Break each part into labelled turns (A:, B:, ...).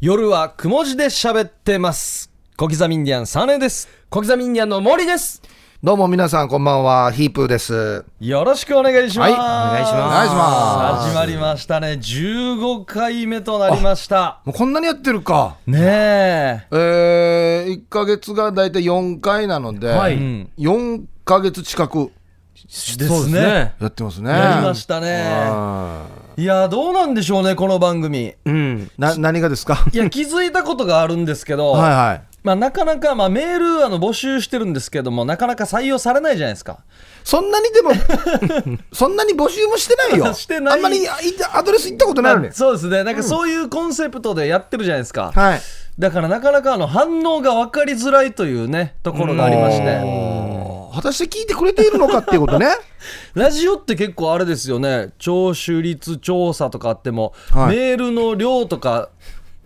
A: 夜はくも字で喋ってます。小刻みインディアンサネです。
B: 小刻みインディアンの森です。
C: どうも皆さんこんばんは、ヒープーです。
A: よろしくお願いします。
C: はいお願いしますお願いします
A: 始まりましたね。15回目となりました。
C: もうこんなにやってるか。
A: ね
C: えー、1ヶ月がだいたい4回なので、
B: はい
A: え。
C: 4ヶ月近く
A: で
B: そう
A: す
B: ですね
A: ね。
C: やってますね。
A: やりましたね。
C: はい
A: や、どうなんでしょうね、この番組。
C: いうん。な、何がですか
A: いや、気づいたことがあるんですけど、
C: はいはい。
A: まあ、なかなか、まあ、メールあの募集してるんですけども、なかなか採用されないじゃないですか。
C: そんなにでも、 そんなに募集もしてない よ。
A: してない
C: あんまりあいたアドレス行ったことないのに
A: まあ。そうですね。なんかそういうコンセプトでやってるじゃないですか。
C: はい。
A: だからなかなかあの反応が分かりづらいというねところがありまして
C: おー果たして聞いてくれているのかっていうこ とね。
A: ラジオって結構あれですよね聴取率調査とかあっても、
C: はい
A: メールの量とか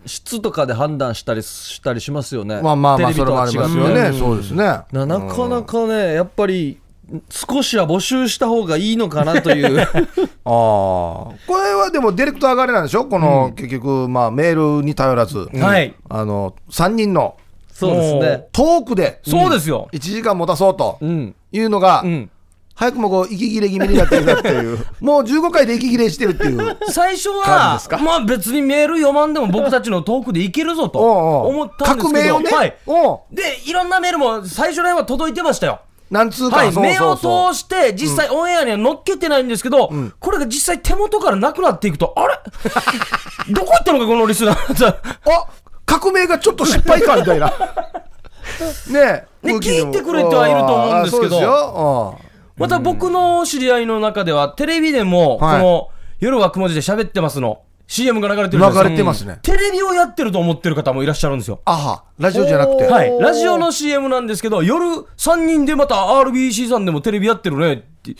A: 質とかで判断したりしたりしますよね
C: まあまあまあ、
A: テレビ
C: それ
A: と
C: もあ
A: は違っ
C: り
A: て
C: ますよね。そうですね。
A: ななかなかねやっぱり少しは募集した方がいいのかなという
C: ああこれはでもディレクターがあれなんでしょこの、結局、まあ、メールに頼らず、
B: はい
C: あの3人の
A: そうですね
C: トークで
B: そうですよ。
C: 1時間持たそうと
A: うん
C: いうのが、
A: うん
C: 早くもこう息切れ気味になってるなっていう もう15回で息切れしてるっていう
B: 最初
C: 感じ
B: は
C: ですか、
B: まあ別にメール読まんでも僕たちのトークでいけるぞと
C: おうおう
B: 思ったんです
C: 革命
B: けど、
C: をね、
B: はい。
C: おう
B: で、いろんなメールも最初らへんは届いてましたよ。
C: なんつうか、
B: はい、
C: そう
B: 目
C: そ
B: を
C: うそう
B: 通して、実際オンエアには乗っけてないんですけど、これが実際手元からなくなっていくと、あ れどこ行ったのか、このリスナーさん。
C: あ革命がちょっと失敗かみた いなねえ
B: ね
C: 空気にも
B: 聞いてくれてはいると思うんですけど
C: ああそうですよ
B: また僕の知り合いの中では、テレビでも、こ
C: はい
B: の、夜はくも字で喋ってますの、CM が流れてるじゃないです
C: うん流
B: か
C: れてますね、
B: テレビをやってると思ってる方もいらっしゃるんですよ。
C: あはラジオじゃなくて、
A: おー
B: はい、ラジオの CM なんですけど、夜3人でまた RBC さんでもテレビやってるねって、い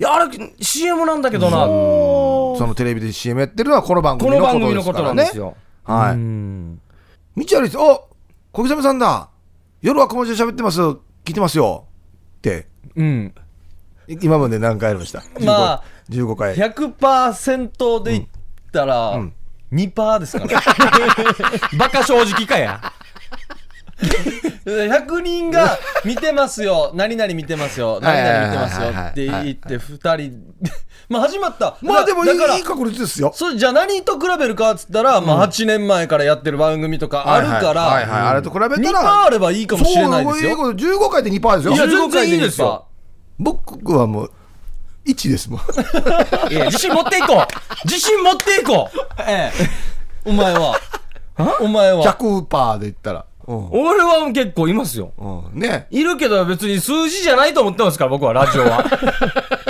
B: や、あれ、CM なんだけどな、こ
C: そのテレビで CM やってるのはこの番組
B: の
C: のこ
B: 番
C: と
B: 組
C: で
B: の
C: す
B: こ
C: か
B: とな
C: ら
B: んで
C: ね
B: す。よ。
C: はい。道歩いて、お小刻みさんだ。夜は小文字で喋ってます。聞いてますよ。って、
A: うん
C: い今まで何回やりました
A: まあ
C: 15, 15回。
A: 100%でいったら2%ですから、ね
B: バカ正直かや。
A: 100人が見てますよ、何々見てますよ、何々見てますよって言って、2人、 まあ始まった、
C: まあでもいい
A: だから
C: いい確率ですよ。
A: それじゃあ何と比べるかっつったら、まあ8年前からやってる番組とかあるか
C: はいはいはいはいあ
A: ら、
C: れと比べたら。
A: 2%あればいいかもしれないです
C: そう
A: よ。
C: いうこと15回で2%ですよ。
B: いや
A: 15回
B: 全然いいですよ
C: 僕はもう、1で すもん。
B: いや自信持っていこう自信持っていこう
A: いいですわ。ええお前 は、お前は、
C: 100%で言ったら。うん
B: 俺は結構いますよ。
C: うんね。
B: いるけど別に数字じゃないと思ってますから、僕はラジオは。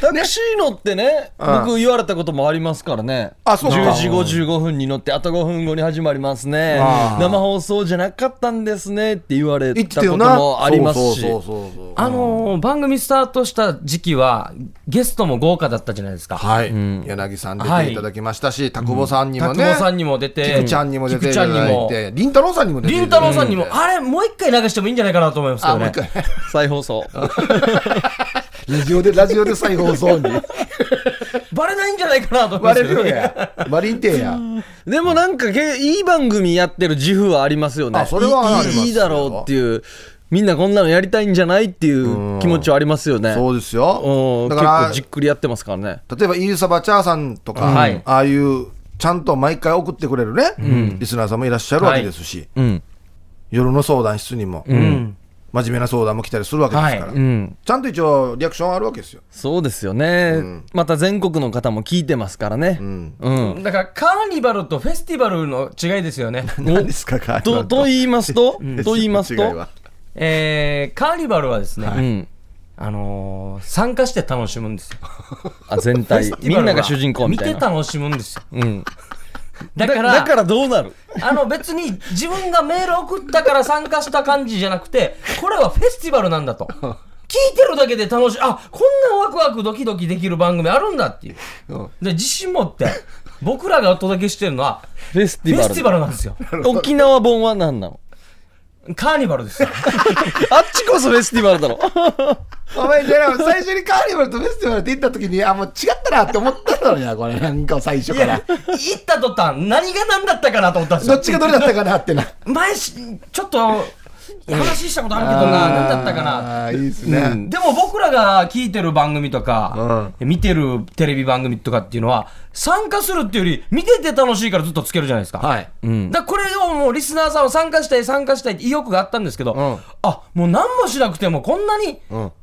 A: タクシー乗ってね、
C: うん
A: 僕言われたこともありますからね。
C: あそうか
A: 10時55分に乗って、あと5分後に始まりますね。
C: あー
A: 生放送じゃなかったんですねって言われ
C: 言って
A: たこ
C: たよ
A: と
C: な。
A: もありますし。
C: そうそうそうそう。
B: あのー番組スタートした時期は、ゲストも豪華だったじゃないですか。
C: はい、柳さん出ていただきましたし、田久保さんにも
B: 拓
C: ね、
B: 保さんにも出て、
C: 菊ちゃんにも出てい
B: 菊ちゃ
C: た
B: んに
C: だい
B: も、
C: て、りんたろーさんにも出てい
B: りん
C: た
B: た
C: だ
B: ろ
C: いて、
B: ーさんにも、あれ、もう一回流してもいいんじゃないかなと思いますけ
C: あ
B: ど
C: もう
B: ね
C: 一。回、
A: 再放 送。
C: ラジオで、ラジオで再放送 に、
B: バレないんじゃないかなと思います
C: 割
B: け
C: れ
B: ど
C: る
B: ね。
C: や、割りんてえや、
A: でもなんかけいい番組やってる自負はありますよね。
C: あそれはあります
A: いいいいだろうっていう、みんなこんなのやりたいんじゃないっていう気持ちはありますよね。
C: そうです
A: う、
C: よ
A: ん
C: だ
A: 結
C: か
A: 構
C: ら、
A: じっくりやってますからね。
C: 例えば、イーサバチャーさんとか、
B: はい
C: ああいう、ちゃんと毎回送ってくれるね、リスナーさんもいらっしゃるわけですし、
A: うん。
C: 夜の相談室にも、
B: ん
C: 真面目な相談も来たりするわけですから、
B: はい
A: うん。
C: ちゃんと一応、リアクションあるわけですよ。
A: そうですよね、また全国の方も聞いてますからね。うん。
B: だから、カーニバルとフェスティバルの違いですよね。
C: 何ですか、カーニバ
A: と、
C: ル
A: と言いますと、と言います
C: 違
A: と
C: は、
B: えー、カーニバルはですね、
A: うん。
B: あのー参加して楽しむんですよ。
A: あ、全体。みんなが主人公みたい
B: 見
A: な。
B: て楽しむんですよ。
A: うん。
B: だから、
A: だからどうなる
B: あの別に自分がメール送ったから参加した感じじゃなくて、これはフェスティバルな んだと。聞いてるだけで楽しい。あ、こんなワクワクドキドキできる番組あるんだっていう。で、自信持って、僕らがお届けしてるのは、
A: フェス
B: フ
A: ティ
B: ェ
A: バ
B: ス
A: ル。
B: ティバルなんですよ。
A: 沖縄本は何なの
B: カーニバルですよ。
A: あっちこそフェスティバルだろ。
C: お前、じゃあ最初にカーニバルとフェスティバルって言った時に、あ、もう違ったなって思ったのにな、これ、なんか最初
B: い
C: か
B: や
C: ら。、
B: 行った途端、何が何だったかなと思ったんです
C: どっ
B: よ。
C: ちがどれだったかなってな。
B: 前し、ちょっと、話したことあるけどな、何だったかな。
C: あー。いいですね。
A: うん
B: でも僕らが聞いてる番組とか、見てるテレビ番組とかっていうのは、参加するっていうより、見てて楽しいからずっとつけるじゃないですか。
C: はい。
A: うん。
B: だからこれをもうリスナーさんは参加したい参加したいって意欲があったんですけど、
C: ん
B: あもう何もしなくてもこんなに、
C: ん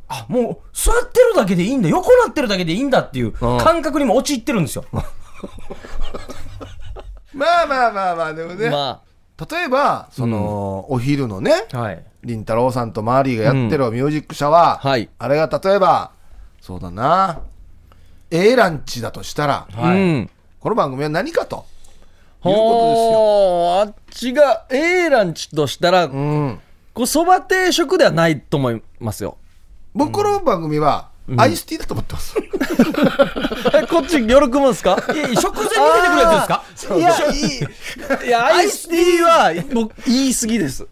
B: あもう座ってるだけでいいんだ横なってるだけでいいんだっていう感覚にも陥ってるんですよ、
C: まあまあまあまあ、でもね。
A: ま
C: 例えば、その、お昼のね、
B: はい
C: りんたろーさんとマーリーがやってるミュージックシャワー。
A: うんはい
C: あれが例えば、そうだな。A ランチだとしたら、
A: あ、うん。
C: この番組は何かと。いうこ
A: ほーあっちが A ランチとしたら、
C: とですよ。うん。
A: こうそば定食ではないと思いますよ。
C: 僕この番組は、アイスティーだと思ってます。
A: えこっち喜ぶんすか
B: え食前に出てくるやつですか
C: いや、い
A: い
C: い。
A: や、アイスティーは僕言い過ぎです。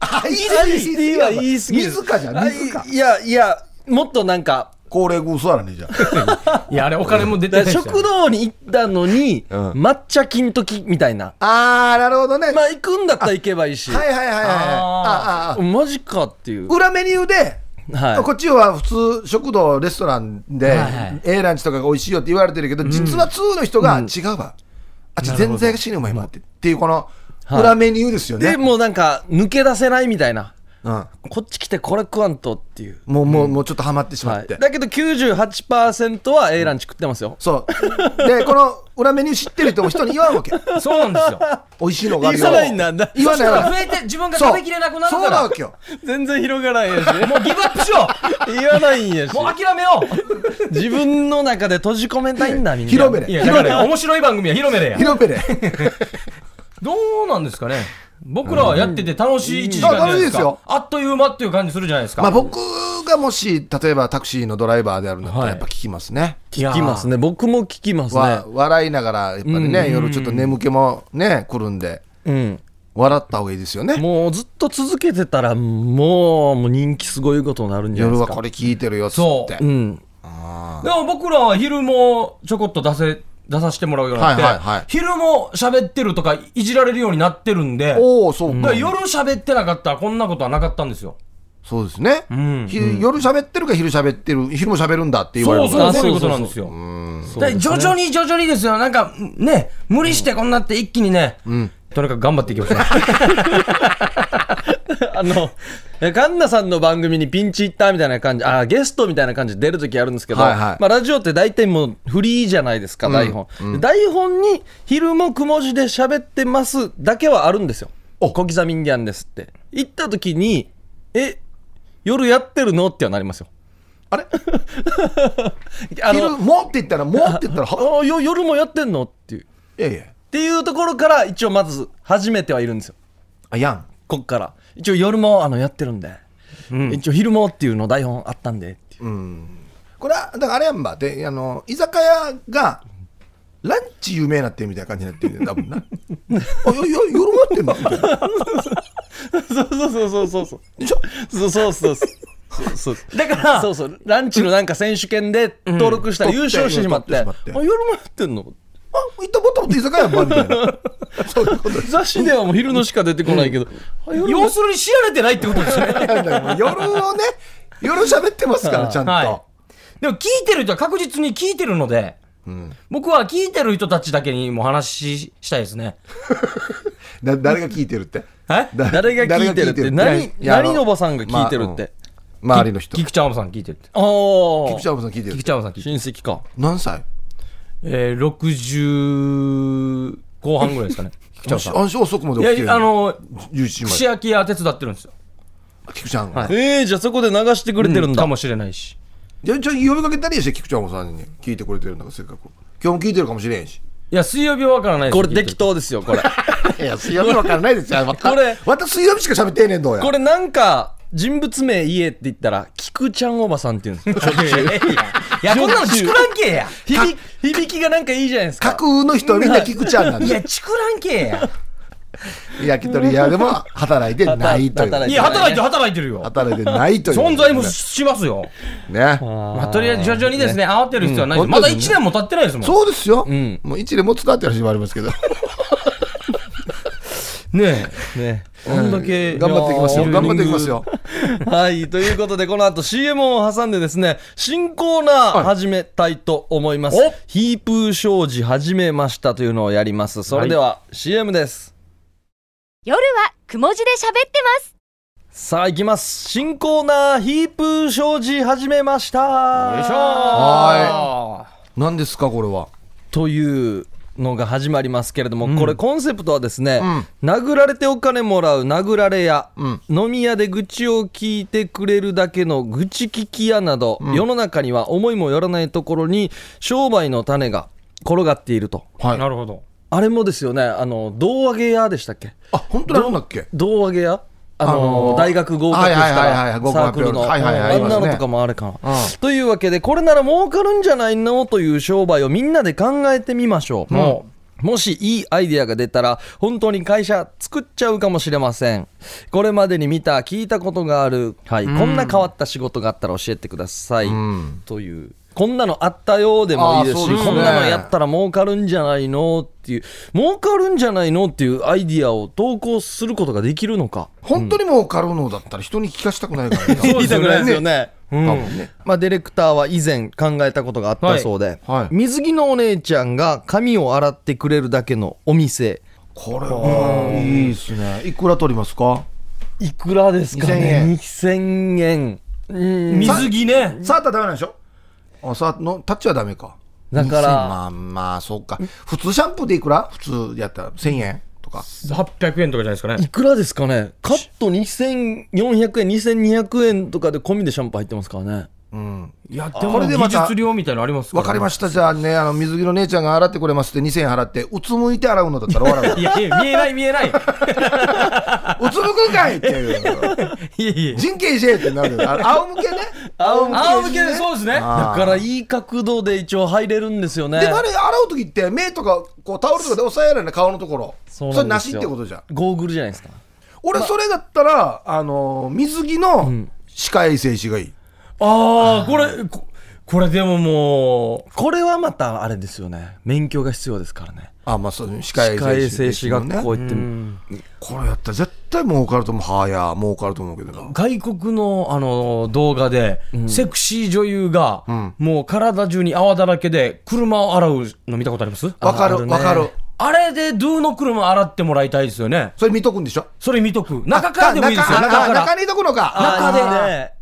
C: アイ
A: アイスティーは言い過ぎです。
C: 水かじゃん、水か
A: あ。いや、いや、もっとなんか、
C: 高齢グースだね、じゃ
B: いやあれお金も出て
A: だ
B: ない
A: から
B: ですよ
A: 食堂に行ったのに、抹茶金時みたいな。
C: あ。あー、なるほどね。
A: ま
C: は
A: あ、行くんだったら行けばいいし
C: い、はいはいはい。あーあー、
A: マジかっていう。
C: 裏メニューで、
A: はい
C: こっちは普通、食堂、レストランで、A ランチとかが美味しいよって言われてるけど、実は2の人が違うわ。あっち全然死ぬうまいもんって。っていうこの、
A: はい
C: 裏メニューですよね。
A: で、もうなんか、抜け出せないみたいな。
C: うん
A: こっち来てこれ食わんとっていう。
C: もう、もう、もうちょっとハマってしま
A: は
C: っ
A: い、
C: て。
A: だけど98%は A ランチ食って ますよ。
C: そう。で、この裏メニュー知ってる人も人に言わ んわけ。
B: そうなんですよ
C: 美味しいのがあるよ。
A: 言わないんだな
C: 言わない
B: だ
C: わけ
B: から増えて自分が食べきれなくなる
C: そうそう
B: か
C: な
B: ら
C: わけよ。
A: 全然広がらへんし。
B: もうギブアップしよ
A: 言わないんや し
B: う。もう諦めよう
A: 自分の中で閉じ込めたいんだ、みんな。
C: 広め
B: い
C: れ。
B: やだから面白い番組は広 めれや
C: 広めれ。
B: どうなんですかね僕らはやってて楽しい1時間じゃない
C: うんあ楽
B: です
C: しいです
B: か
C: よ
B: あっという間っていう感じするじゃないですか、
C: まあ僕がもし、例えばタクシーのドライバーであるんだったら、
B: はい
C: やっぱ聞きますね。
A: 聞きますね。僕も聞きますね
C: わ。笑いながら、やっぱりね、夜ちょっと眠気もね、来るんで、
A: うん。
C: 笑った方がいいですよね。
A: もうずっと続けてたら、もう、もう人気すごいことになるんじゃない
C: 夜
A: です
C: は
A: か。
C: これ聞いてるよっつ
B: そ
C: っ
B: う
C: て
A: う。ん。
C: あ
B: でも僕らは昼もちょこっと出せ、出させてもらうようになって、
C: はいはいはい
B: 昼も喋ってるとかいじられるようになってるんで
C: ー、おお、そう
B: だ
C: か
B: から。夜喋ってなかったらこんなことはなかったんですよ。
C: そうですね。
B: ん
C: ひ夜喋ってるか昼喋ってる、昼も喋るんだって言われる
A: そう
C: か
A: あ
B: そういうことなんですよ。だから徐々に徐々にですよ、なんかね、無理してこんなって一気にね、とにかく頑張っていきましょう。
A: あの、えカンナさんの番組にピンチヒッターみたいな感じ、あゲストみたいな感じで出るときあるんですけど、
C: はいはい
A: まあ、ラジオって大体もうフリーじゃないですか、台本。で台本に、昼もくも字で喋ってますだけはあるんですよ。小刻みんぎゃんですって。行ったときに、え、夜やってるのってはなりますよ。
C: あれ
A: あ
C: 昼
A: の、
C: もって言ったら、もって言った ら、は
A: あよ夜もやってんのっていう。
C: いやいや、
A: っていうところから一応まず始めてはいるんですよ
C: あやん。
A: こっから一応夜もあのやってるんで、一応昼もっていうの台本あったんでっていう
C: これは、だからあれやんば、で、あの、居酒屋が、ランチ有名になってるみたいな感じになってるんだよ、多分な。あ、いやいや、夜もやってんだ、みたいな。
A: そうそうそうそうそう
C: でしょ
A: そうそうそうそうそう
B: だから、
A: そうそうランチのなんか選手権で登録したら優勝してしまって,、
C: うん取ってしまって
A: あ夜もやってんの
C: あ、行ったボタンって居酒屋やんば、みたいな。そういうことです。
A: 雑誌ではもう昼のしか出てこないけど、あ夜も
B: 要するに知られてないってことですよね。
C: なんだよもう夜をね、夜喋ってますから、ちゃんと。
B: はい、でも聞いてる人は確実に聞いてるので、僕は聞いてる人たちだけにも話ししたいですね。
C: な誰が聞いてるって。
B: え
C: だ
A: 誰が聞いてるって
C: 誰
A: 何
C: が聞いてる
A: 何のおばさんが聞いてるっ。て、
C: まあうん周りの人。
B: 菊ちゃんおばさん聞いてるって。
A: あー、あ
C: 菊ちゃんおばさん聞いてる
B: 菊。ちゃんおばさん聞いてる
A: 親戚か
C: 何歳
B: えー、60後半ぐらいですかね。菊ちゃんさん。
C: あし遅くまで起きて
B: い
C: る
B: や、あの、
C: 11時ま
B: 串焼き屋手伝ってるんですよ。
C: で。菊ちゃん
B: は
C: が。
A: えー、じゃあそこで流してくれてるんだ、
B: かもしれないし。
C: じゃあちょい呼びかけたりやして、菊ちゃんおばさんに聞いてくれてるんだから、せっかく。今日も聞いてるかもしれんし。
B: いや、水曜日はわからないです
A: これ適。当ですよこれ
C: いや、水曜日わからないですよ。こ
A: か
C: れ。また水曜日しか喋ってねえんどうや。
A: これなんか人物名言えって言ったら菊ちゃんおばさんって言うんです よ
B: いやいやいや、いやこんなのチクラン系や。
A: 響き響きがなんかいいじゃないです
C: 架
A: か
C: 空の人はみんな菊ちゃんなん
B: い
C: だよ
B: や、チクラン系や。
C: い焼き鳥屋でも働いてないとい
A: 働
C: う
B: いや、働いてる、働いてるよ。
C: 働いてないという
B: 存在もしますよ。
C: ね
B: まあ、とりあえず徐々にですね、慌てる必要はないです。
C: うん
B: まだ1年も経ってないですもん。
C: そうですよ、
A: ん
C: もう一年も伝わってる話もあり ますけど
B: ね
A: ねこんだけ
C: 頑張っていきますよ
A: いやー
C: 頑張っていきますよ
A: はい、ということで、この後 CM を挟んでですね、新コーナー始めたいと思います。
B: お
A: ヒープー商事始めましたというのをやります。それでは CM です。
D: 夜はくも字で喋ってます
A: さあ、いきます。新コーナー、ヒープー商事始めました。
B: え。よいしょー
C: は何ですかこれは
A: というのが始まりますけれども、これコンセプトはですね、
C: う
A: 殴られてお金もらう殴られ屋、
C: うん
A: 飲み屋で愚痴を聞いてくれるだけの愚痴聞き屋など、世の中には思いもよらないところに商売の種が転がっていると
C: はい
B: なるほど。
A: あれもですよねあの胴上げ屋でしたっけ
C: あ本当にあるんだっけ
A: 胴上げ屋あの
C: あのー
A: 大学合格した
C: はいはいはいは
A: ら
C: い合格
A: サークルの、
C: はいは
A: あ
C: いはい
A: んな
C: あります
A: の
C: ね
A: とかもあれかな、
C: うん
A: というわけでこれなら儲かるんじゃないのという商売をみんなで考えてみましょう、もうもしいいアイデアが出たら本当に会社作っちゃうかもしれませんこれまでに見た聞いたことがある、はい、こんな変わった仕事があったら教えてください、
C: ん
A: というこんなのあったようでもいいです
C: あー
A: し
C: そうですね
A: こんなのやったら儲かるんじゃないのっていう儲かるんじゃないのっていうアイディアを投稿することができるのか
C: 本当にもうカルノだったら人に聞かしたくないからね
A: 言いたくないですよね
C: 多分ね
A: まあ、ディレクターは以前考えたことがあったそうで、
C: はいはい
A: 水着のお姉ちゃんが髪を洗ってくれるだけのお店
C: これはいいですねいくら取りますか
A: いくらですかね2000円うん
B: 水着ね。
C: 触ったらダメなんでしょあ触ったのタッチはダメか
A: だから
C: 2000まあまあそうか普通シャンプーでいくら普通やったら1000円とか
B: 800円とかじゃないですかね
A: い。くらですかねカット2400円2200円とかで込みでシャンプー入ってますからね
C: うん
B: いや、で
C: こ
B: も
C: れで
B: 技
C: また
B: 術量みたいなのあります
C: わかりま
B: し
C: したじゃあねあの水着の姉ちゃんが洗ってくれますって2000円払ってうつむいて洗うのだったら笑うわ
B: いやいや、見えない見えない。 い
C: うつむくんかいっていう
B: やいや。
C: 人形せえってなるよあ仰向けね仰向
B: 仰向けでそうですね。
A: だ
C: あー
A: からいい角度で一応入れるんですよね
C: でもあれ洗う時って目とかこうタオルとかで押さえられない顔のところそ
A: そう
C: れ
A: な
C: なん
A: です
C: し
A: よ
C: ってことじゃん
A: ゴーグルじゃないですか
C: 俺それだったらあの水着の歯科衛生士がいい
B: ああ、これ、ここれでもも
A: これはまたあれですよね免許が必要ですからね
C: あまあそう歯科
A: 歯科衛
C: 衛
A: 生
C: 生
A: 士
C: 士
A: 学校
C: ね
A: 行ってみ
C: これやったら絶対儲かると思うはや儲かると思うけどな
B: う、外国のあの動画で、セクシー女優が、もう体中に泡だらけで、車を洗うの見たことあります
C: わか
A: ある
C: る
A: ね
C: わかる
B: あれで、ドゥの車洗ってもらいたいですよね。
C: それ見とくんでしょ
B: それ見とく。中からでもいいですよ。
C: 中中
B: 中から
C: 中。にいとくのか
B: 中で
A: あね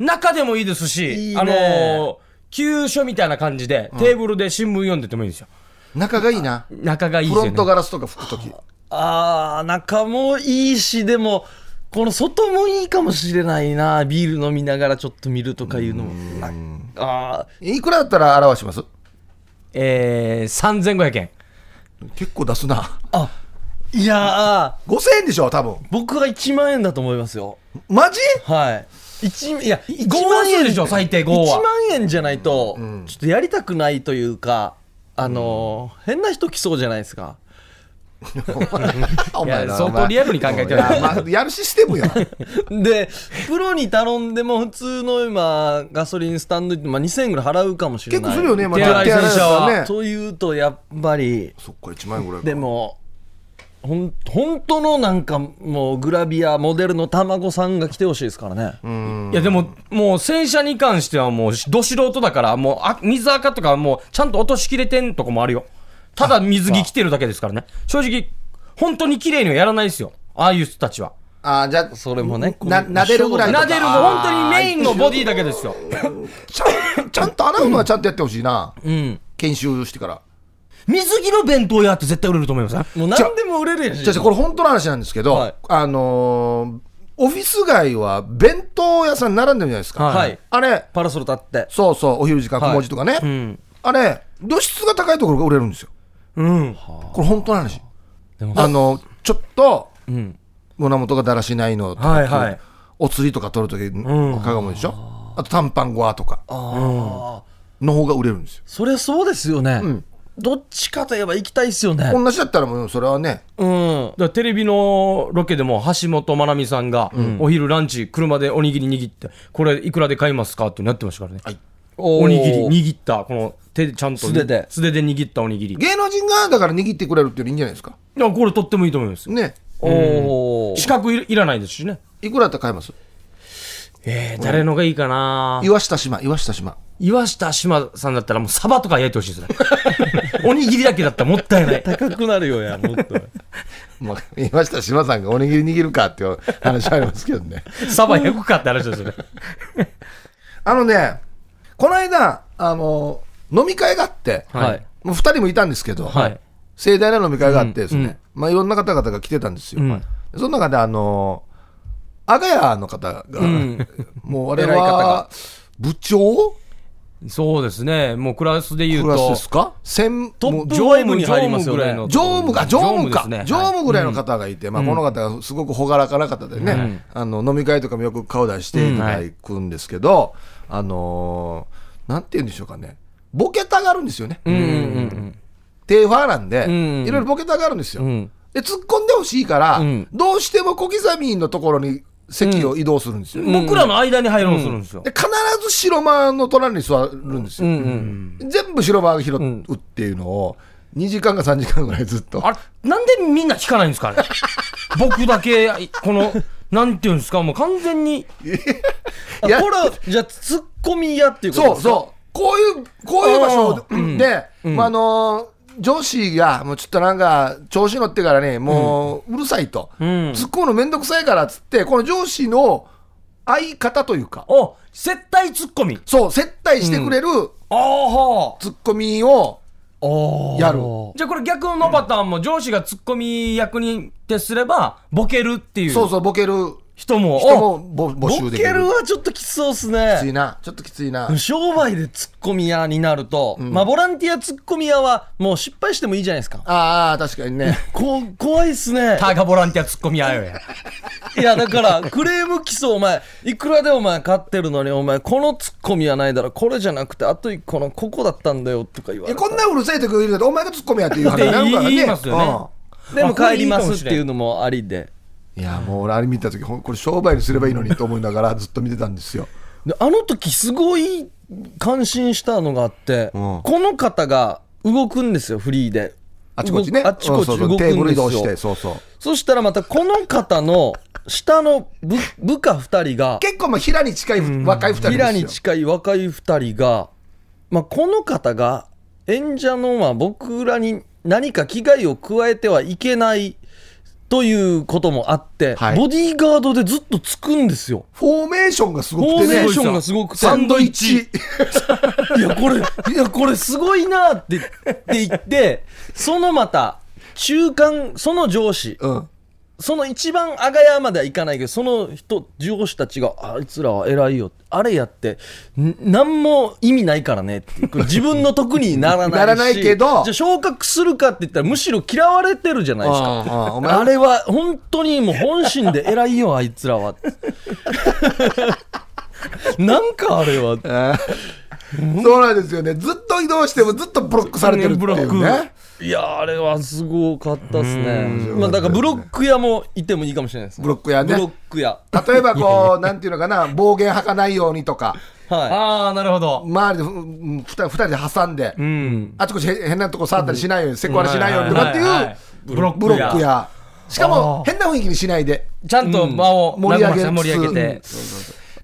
B: 中でもいいですし、
A: いいね
B: あのー、急所みたいな感じで、テーブルで新聞読んでてもいいですよ。
C: 中がいいな
B: 中がいいで
C: フ
B: す
C: ロ
B: よ、ね。
C: ントガラスとか拭くとき
A: あー中もいいしでもこの外もいいかもしれないなビール飲みながらちょっと見るとかいうのもなあ
C: いくらだったら表します
B: えー、3500円。
C: 結構出すな
A: ーあいやー
C: 5000円でしょ多分
A: 僕は1万円だと思いますよ
C: マジ
A: はい1いや1
B: 五はそうでしょ最低五は
A: 1万円じゃないとちょっとやりたくないというかあのー変な人来そうじゃないですか
C: お前な
B: いや
C: お前
B: 相当リアルに考えて
C: い
B: る
C: やまあやるシステムや
A: でプロに頼んでも普通の今ガソリンスタンド行って、まあ、2000円ぐらい払うかもしれ
C: 結
A: ない
C: 構するよねまあ
B: 手洗い洗車は
C: 手洗い洗車ね
A: というとやっぱり
C: そっか1万円ぐらいか
A: でもほん本当のなんかもうグラビアモデルの卵さんが来てほしいですからね、
C: うん
B: いやでも、もう洗車に関してはもう、ど素人だから、もうあ、水垢とかもう、ちゃんと落としきれてんとこもあるよ。ただ水着着てるだけですからね。正直、本当に綺麗にはやらないですよ。ああいう人たちは。
C: あーじゃあ
A: それもね
C: な撫でるぐらいとか
B: 撫でるの、本当にメインのボディだけですよ。
C: ちゃんちゃんと洗うのはちゃんとやってほしいな
A: うん
C: 研修してから
B: 水着の弁当屋って絶対売れると思いますね。
A: もう何でも売れるやし
C: じゃあこれ本当の話なんですけど、
A: はい
C: あのーオフィス街は弁当屋さん並んでるじゃないですか、
A: はい
C: あれ
A: パラソル立って
C: そうそうお昼時間小文字とかね、
B: うん。
C: あれ露出が高いところが売れるんですよ
B: うん。
C: これ本当の話
A: でも
C: あのちょっと
A: うん
C: 胸元がだらしないのとか、
B: はいはい
C: お釣りとか取るとき
B: ん
C: かがむでしょ、あと短パンゴアとか
A: ああ、
C: の方が売れるんですよ
A: そりゃそうですよね、
C: ん
A: どっちかといえば行きたいっすよね。
C: 同じだったらもうそれはね
A: うん。
B: だからテレビのロケでも橋本まなみさんが、お昼ランチ車でおにぎり握ってこれいくらで買いますかってなってましたからね、おにぎり握ったこの手でちゃんと
A: 素手で
B: 素手で握ったおにぎりい
C: 芸能人がだから握ってくれるっていうのいいんじゃないですか
B: やこれとってもいいと思いますよ
C: ね
A: おおー。
B: 資格いいらないですしね
C: いくらだったら買えます
B: えー、誰のがいいかな
C: 岩下島岩下島
B: 岩下志麻さんだったらもうサバとか焼いてほしいですねおにぎりだけだったらもったいない
A: 高くなるよや、もっと。
C: まあ、岩下島さんがおにぎり握るかっていう話ありますけどね。
B: サバ焼くかって話ですよね
C: あのね、この間、あの、飲み会があって、
A: はい。
C: もう2人もいたんですけど、
B: はい
C: 盛大な飲み会があってですね、まあ、いろんな方々が来てたんですよ。
B: うん
C: その中で、あの、阿賀屋の方が、
A: ん
C: もうあれ
A: 偉い方
C: は
A: が、
C: 部長
B: そうですねもうクラスで言う
C: ク
B: と
C: ラスですか専
A: トッ
C: もう
A: プ
B: 常務に入りますよね
A: 常務ぐらいの
C: 常務か、常務か、
B: ですね
C: 常
B: はい
C: 務ぐらいの方がいて、まあ、この方がすごく朗らかな方でね、あの飲み会とかもよく顔出していただくんですけど、あのーなんて言うんでしょうかね、ボケたがるんですよね、
A: うんうん
C: テーファーなんで、
A: ん
C: いろいろボケたがるんですよ。
A: ん
C: で、突っ込んでほしいから、
A: ん
C: どうしても小刻みのところに席を移動するんですよ。
B: 僕らの間に入ろうとするんですよ、
C: で必ず白間の隣に座るんですよ、全部白間が拾うっていうのを2時間か3時間ぐらいずっと
B: あれ、なんでみんな聞かないんですか ね僕だけ、この、なんていうんですか、もう完全に、
A: うん。
C: いや
A: あこれは、じゃあ、ツッコミ屋っていうこと
C: そ
A: です
C: う
A: か
C: そう。こういう、こういう場所で、まあ、あのー上司が、もうちょっとなんか、調子乗ってからね、もう、うるさいと。
B: ん
C: 突っ込むのめんどくさいからっつって、この上司の相方というか、
B: お、接待ツッコミ。
C: そう、接待してくれる
B: ああ、は
C: 突っ込みを、
A: う。おー
C: やる
B: じゃあこれ逆のパターンも、上司がツッコミ役に徹すれば、ボケるっていう
C: そうそう、ボケる
B: 人も、
C: 人
B: お
C: もぼ募集
A: ボ
C: でき
A: ケ
C: る
A: る。はちょっときつそうっす
C: きつい
A: ね。
C: な。ちょっときついな。
A: 商売でツッコミ屋になると、まあボランティアツッコミ屋はもう失敗してもいいじゃないですか。
C: ああ、確かに ね。
A: こ怖いっすね。
B: タガボランティアツッコミやよや。
A: いやだからクレーム基礎お前いくらでお前買ってるのにお前このツッコミはないだろこれじゃなくてあと一個のここだったんだよとか言わ
C: い
A: れ
C: や
A: て
C: こんなうるさい時いるけど、お前が突っ込みやって いう話になるからね。
B: って言いますよね
C: うん
A: でも帰りますっていうのもありで
C: いやもう俺あれ見た時ほんこれ商売にすればいいのにと思いな がらずっと見てたんですよ。
A: であの時すごい感心したのがあって、
C: うん
A: この方が動くんですよフリーで
C: あちこちね。
A: 動くあちこち
C: うんそ
A: 動くん
C: うそ
A: です
C: うテーブル移
A: よ
C: 動して、そうそう。
A: そしたらまたこの方の下の部 部下2人が
C: 結構まあ平に近い若い二人ですよ。
A: 平に近い若い2人が、まあ、この方が演者のまあ僕らに何か危害を加えてはいけないということもあって、
C: はい
A: ボディーガードでずっとつくんですよ。
C: フォーメーションがす
A: フォ
C: ごく
A: ーメ
C: てね
A: ー。ションがすごくて
C: サンドイッチ。
A: いやこれいやこれすごいなってって言ってそのまた中間その上司
C: うん。
A: その一番阿賀屋まではいかないけどその人上司たちがあいつらは偉いよあれやってん何も意味ないからねっていうこれ自分の得にならないし
C: ならないけど
A: じゃあ昇格するかって言ったらむしろ嫌われてるじゃないですか。
C: あお前
A: あれは本当にもう本心で偉いよあいつら はなんかあれは
C: そうなんですよね。ずっと移動してもずっとブロックされてるっていうね。
A: いやーあれはすごかったですね
C: ん
A: まあだからブロック屋もいてもいいかもしれないです
C: ブロックや
A: ブロ
C: ね
A: ッ。ク屋
C: 例えばこう、なんていうのかな、暴言吐かないようにとか、
A: は
B: ああ、なるほど。
C: 周りでふうん二人二人で挟んで、
B: うん。
C: あちこち変なとこ触ったりしないように、セクハラしないようにとかって
B: はいはいはいいうブロック
C: ブロック
B: や。
C: や。しか
B: あ
C: も
B: ー
C: 変な雰囲気にしないで。
B: ちゃんと間を
C: 盛り上げつつ
B: 盛り上げて。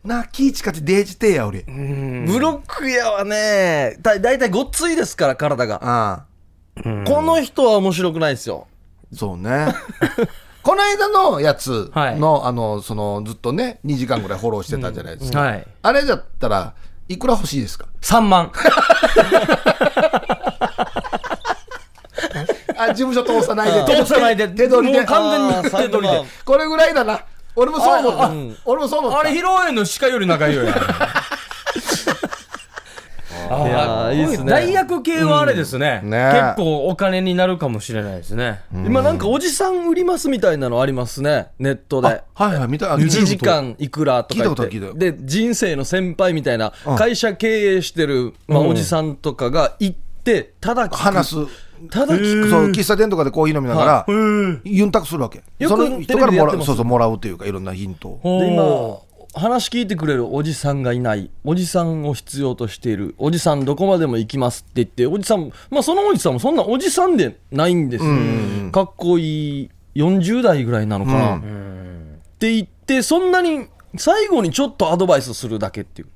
C: なあ、気ぃ使ってデージてえや、俺。
A: いブロック屋はねだだいたいごっついですから体が
C: あ
A: この人は面白くないですよ
C: あそうね この間のやつ
B: はい
C: の,、あのそのずっとね2時間ぐらいフォローしてたじゃないですか、
B: はい。
C: あれだったらいくら欲しいですか
B: 3万。
C: あ事務所通さないで
B: 通さない で
C: 手取りで
B: もう完全に手取り
A: あー3
B: で
A: 万
C: これぐらいだな俺もそう思った、
A: あうん
C: 俺もそう思った
B: あれ披露宴の鹿より仲い いよや
A: いやーいいですね
B: 大学系はあれですね,、
C: うんね
B: 結構お金になるかもしれないですね、
A: 今なんかおじさん売りますみたいなのありますねネットで
C: はいはい見た
A: 1時間いくらとか言って
C: 聞いたこと
A: で人生の先輩みたいな会社経営してる、まあ、おじさんとかが行っってただ聞く
C: 話す
A: ただ聞く
C: そう喫茶店とかでコーヒー飲みながら、ユンタクするわけ
A: よく
C: その人
A: テレ
C: から
A: ビでや
C: も
A: ってま
C: らう
A: す
C: そうそうもらうというかいろんなヒントを
A: で今話聞いてくれるおじさんがいないおじさんを必要としているおじさんどこまでも行きますって言っておじさん、まあ、そのおじさんもそんなおじさんでないんですよ、かっこいい40代ぐらいなのかな、
C: うん
A: って言ってそんなに最後にちょっとアドバイスするだけっていう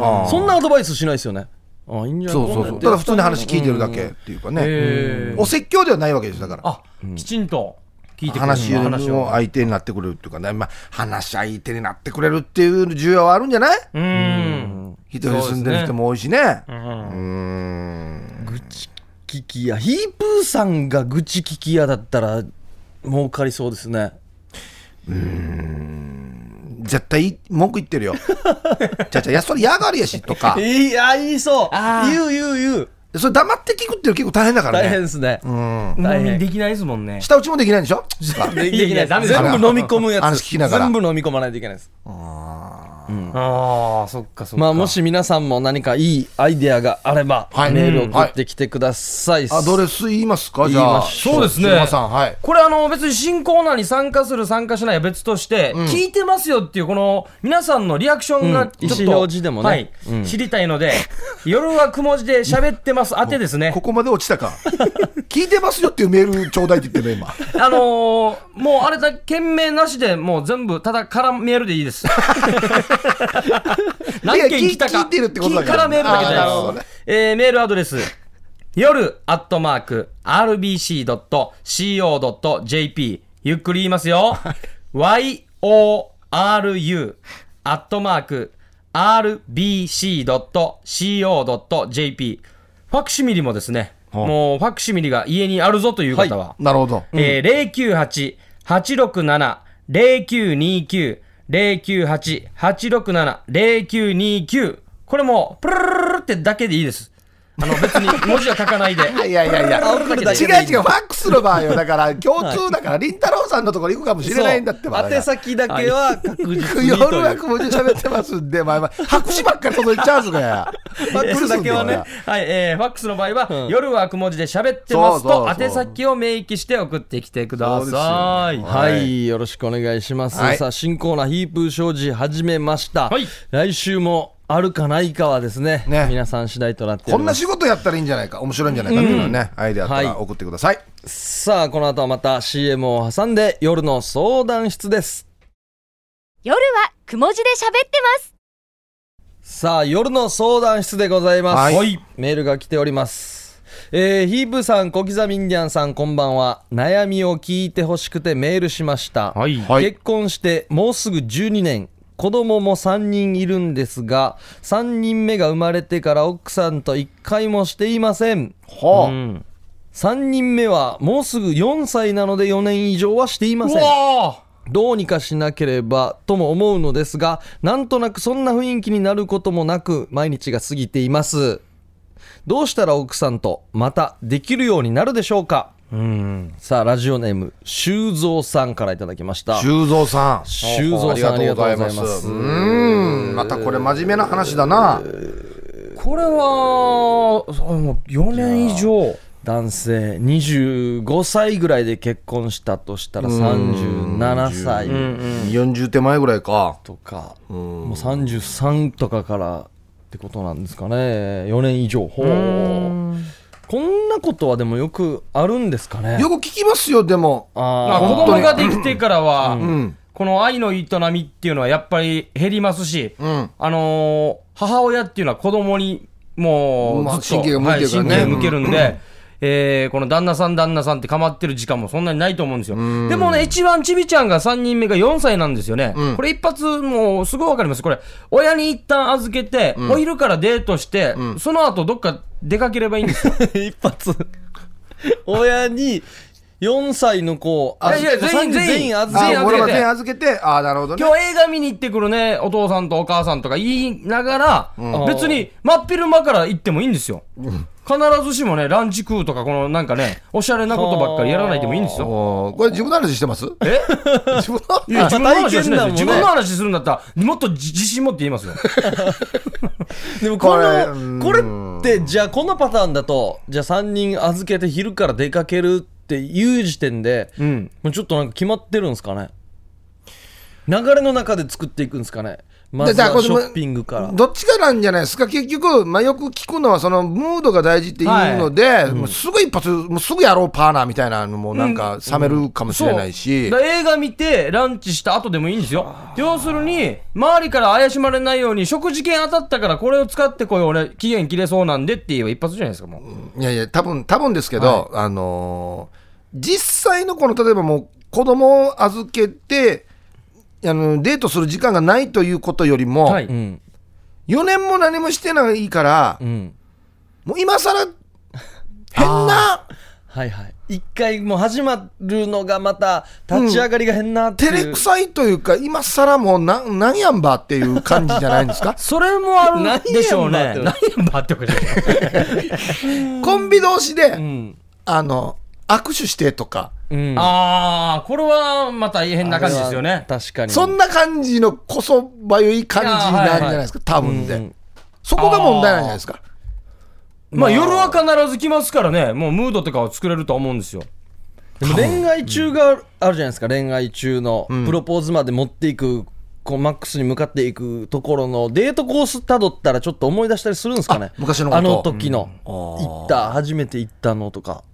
C: あー
A: そんなアドバイスしないですよねあいいんじゃない
C: そうそうそうだから普通に話聞いてるだけっていうかね、
B: え
C: お説教ではないわけですだから
B: あきちんと聞いてくれる
C: 話の相手になってくれるっていうかね、まあ、話し相手になってくれるっていう需要はあるんじゃない
B: うん
C: 一人で住んでる人も多いしね
A: 愚痴聞き屋ヒープーさんが愚痴聞き屋だったら儲かりそうですね
C: 絶対文句言って るよちゃちゃいやそれ嫌がりやしとか
A: いや言いそう言う言う言う
C: それ黙って聞くっていうの結構大変だから
A: 大変
C: ね
A: ですね、
C: うん
B: 飲
A: 大
B: み
A: 変
B: できないですもんね
C: 舌打ちもできないんでしょ
A: で
B: いやいや
A: でき
B: ダ
A: ない
B: メ
A: です
B: だ
A: 全部飲み込むや
C: 話
A: つ
C: 聞きながら
A: 全部飲み込まないといけないです
B: ああそっかそっか
A: まあもし皆さんも何かいいアイデアがあれば、
C: はい
A: メールを送ってきてください、
C: アドレス言いますかじ
A: 言い
C: ゃ
A: ま
C: あ
A: し
B: ょうそうですね
C: 島さんはい
B: これあの別に新コーナーに参加する参加しないは別として、聞いてますよっていうこの皆さんのリアクション
A: う
B: が
A: ん
B: ちょっと、
A: 意思表示でもね
B: はい
A: うん
B: 知りたいので夜はくも字で喋ってます当てですね
C: ここまで落ちたか 聞いてますよっていうメールちょうだいって言ってるね今
B: あのー、もうあれだ件名なしでもう全部ただからメールでいいです 何件来たか
C: いや聞い聞いてるってことだ
B: 聞
C: か
B: かららメールだけで
C: あーなるほどね
B: えーメールアドレス夜アットマーク RBC.CO.JP ゆっくり言いますよ YORU アットマーク RBC.CO.JP ファクシミリもですね
C: い
B: もうファクシミリが家にあるぞという方は、
C: なるほど
B: えー、098-867-0929、098-867-0929、これも、プルルルルルってだけでいいです。あの、別に文字は書かないで。
C: いやいやいや
A: 送るだけ
C: 違う
A: でいい
C: 違うファックスの場合はだから共通だからりんたろーさんのところ行くかもしれないんだってばだから
A: 宛先だけは確実に
C: 夜
A: とい
C: は
A: う
C: くも字喋ってますんで、まあまあ、拍手ばっかり届いちゃうんすがや。びっくりするんだ
A: だけはね
C: よ
B: はい、えー、ファックスの場合は、
A: ん
B: 夜はく文字で喋ってます
C: そうそ
B: と
C: う、そう
B: 宛先を明記して送ってきてくだ
C: そうです
B: さい。
C: よ
A: はい、
C: は
A: よろしくお願いします、
C: はい
A: さあ新コーナーヒープー障子始めました、
B: はい
A: 来週もあるかないかはですね
C: ね
A: 皆さん次第となってお
C: こ
A: り
C: ん
A: ま
C: な
A: す
C: 仕事やったらいいんじゃないか、面白いんじゃないかっていうのはね、アイデアあった
A: は
C: ら
A: い
C: 送ってください。
A: さあこの後はまた CM を挟んで夜の相談室です
D: 夜はくも字で喋ってます。
A: さあ夜の相談室でございます、
C: はい
B: はい
A: メールが来ておりますえー、ヒープーさん小刻みインディアンさんこんばんは悩みを聞いてほしくてメールしました、
B: はい
C: はい
A: 結婚してもうすぐ12年子供も3人いるんですが3人目が生まれてから奥さんと1回もしていません
C: ほ
B: う
C: う。
B: ん
A: 3人目はもうすぐ4歳なので4年以上はしていま
B: う
A: せん
B: わ
A: どうにかしなければとも思うのですがなんとなくそんな雰囲気になることもなく毎日が過ぎていますどうしたら奥さんとまたできるようになるでしょうか
B: ーうん。
A: さあラジオネーム修造さんからいただきました
C: 修造さん。
A: 修造さんありがとうございます
C: うーん、またこれ真面目な話だな。
B: これは、そうもう4年以上。
A: 男性25歳ぐらいで結婚したとしたら37歳
C: 40手前ぐらいか。
A: とかもう33とかからってことなんですかね4年以上ほうこんなことはでもよくあるんですかね
C: よく聞きますよ、でも。
B: まあ、
A: あ
B: 子供ができてからは、
C: ん
B: この愛の営みっていうのはやっぱり減りますし、
C: ん
B: あのー母親っていうのは子供にもう
C: まあ
B: ずっと
C: 神経が向いてるからね
B: はい神経向けるんで、えーこの旦那さん旦那さんって構ってる時間もそんなにないと思うんですよ。でもね、一番ちびちゃんが3人目が4歳なんですよね。これ一発もうすごいわかります。これ、親に一旦預けて、お昼からデートして、 その後どっか出かければいいんですよ。
A: ー一発親に4歳の子、あ
B: いやいや全員
A: 三人
B: 全員
A: 全員預け
B: 全員
A: て
C: あ俺は全員預けてああなるほどね
B: 今日映画見に行ってくるね、お父さんとお母さんとか言いながら、
A: ん
B: 別に真っ昼間から行ってもいいんですよ。必ずしもね、ランチ食うとか、このなんかね、おしゃれなことばっかりやらないでもいいんですよ。
C: おーこれ自分の話してます
B: え
C: 自分の
B: いや、自分の話はしないですよ。
A: まあ体験談
B: 自
A: もね
B: 分の話するんだったら、もっと自自信持って言いますよ。
A: でもこ
C: これう
A: の
C: ん
A: これってじゃあこのパターンだとじゃあ3人預けて昼から出かけるっていう時点で、
B: うん。
A: もうちょっとなんか決まってるんですかね流れの中で作っていくんですかねまずはショッピングから
C: どっちかなんじゃないですか結局、まあ、よく聞くのはそのムードが大事っていうので、もうすぐ一発もうすぐやろうパーナーみたいなのもなんか冷めるかもしれないし、
B: だから映画見てランチした後でもいいんですよ要するに周りから怪しまれないように食事券当たったからこれを使ってこい俺期限切れそうなんでって言えば一発じゃないですかもう、
C: いやいや多分多分ですけど、あのー実際のこの例えばもう子供を預けてあのデートする時間がないということよりも、
B: はい
A: うん
C: 4年も何もしてないから、
A: うん
C: もう今更変な
A: はいはい一回もう始まるのがまた立ち上がりが変なってい
C: 照
A: う、
C: れくさいというか今更もうななんやんばっていう感じじゃないんですか
B: それもあるんでしょうね
A: 何
B: 何円ばってことじゃない
C: コンビ同士で、
A: うん
C: あの握手してとか、
A: うん
B: ああこれはまた変な感じですよね
A: 確かに
C: そんな感じのこそばゆい感じなんじゃないですか、多分で、
A: うん
C: そこが問題なんじゃないですか
B: まあ
A: まあ
B: 夜は必ず来ますからねもうムードとかは作れると思うんですよ
A: でも恋愛中があるじゃないですか恋愛中のプロポーズまで持っていくこうマックスに向かっていくところのデートコースたどったらちょっと思い出したりするんですかね
C: あ昔のこと
A: あの時の
C: うん
A: 行った初めて行ったのとか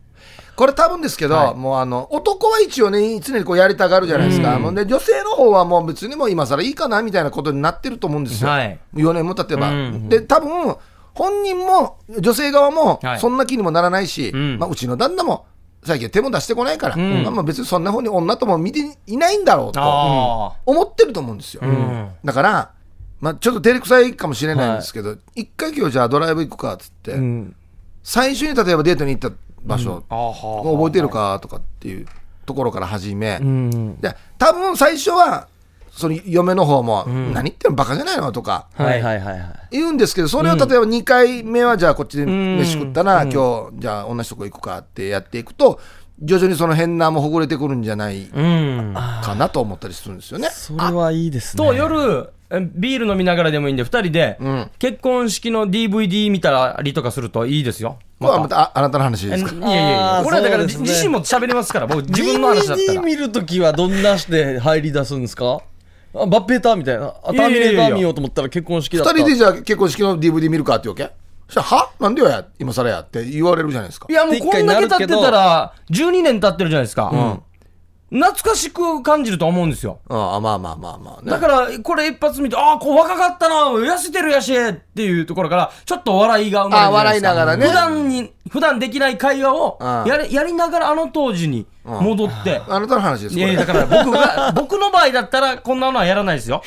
C: これ多分ですけど、もうあの男は一応ね常にこうやりたがるじゃないですか、もうね女性の方はもう別にもう今更いいかなみたいなことになってると思うんですよ、
B: はい
C: 4年も経てば、
B: うん
C: で多分本人も女性側も
B: はい
C: そんな気にもならないし、
B: ん
C: まあ、うちの旦那も最近手も出してこないから、
B: ん
C: まあ、別にそんなふうに女とも見ていないんだろうと
B: あ
C: 思ってると思うんですよ、
B: ん
C: だから、まあ、ちょっと照れくさいかもしれないんですけど、一回今日じゃあドライブ行くかっつって、
A: うん
C: 最初に例えばデートに行った場所、
B: あは
C: 覚えてるかとかっていうところから始め、
A: うん
C: で多分最初はその嫁の方も「何言ってんのバカじゃないの?」とか
A: はいはいはいはい
C: 言うんですけどそれを例えば2回目はじゃあこっちで飯食ったら、今日じゃあ同じとこ行くかってやっていくと徐々にその変なもほぐれてくるんじゃない
B: うん
C: かなと思ったりするんですよね。
A: それはいいですね
B: と夜えビール飲みながらでもいいんで2人で、
C: ん
B: 結婚式の DVD 見たりとかするといいですよ
C: まあ、またああなたの話
B: え
C: です
B: い
C: か。
B: やいやいや
A: あー
B: 俺はだから、
A: そうです
B: 自
A: ね
B: 自身も喋りますから僕自分の話だった
A: DVD
B: ら
A: 見るときはどんなして入り出すんですかあバッペーターみたいなあタ
B: いや
A: ー
B: い
A: ミ
B: や
A: ネ
B: いや
A: ー
B: いや
A: ター見ようと思ったら結婚式だった
C: 2人でじゃあ結婚式の DVD 見るかってわけそしたら「はなんでよや今更や」って言われるじゃないですか
B: い。やもう
A: 一
B: こ
A: 回
B: んだ
A: な
B: け
A: る
B: 経っ
A: け
B: て
A: ど
B: たら12年経ってるじゃないですか、懐かしく感じると思うんですよ
C: ああまあまあまあまあね。
B: だからこれ一発見てああこう若かったな痩せてるやしっていうところからちょっと笑いが生まれるじ
C: あー笑いな
B: ゃですか
C: がらね
B: 普段に普段できない会話を
C: うん
B: やれやりながらあの当時に戻って、
C: あなたの話です
B: い
C: こ
B: やい
C: れ
B: やだから僕が 僕の場合だったらこんなのはやらな いですよ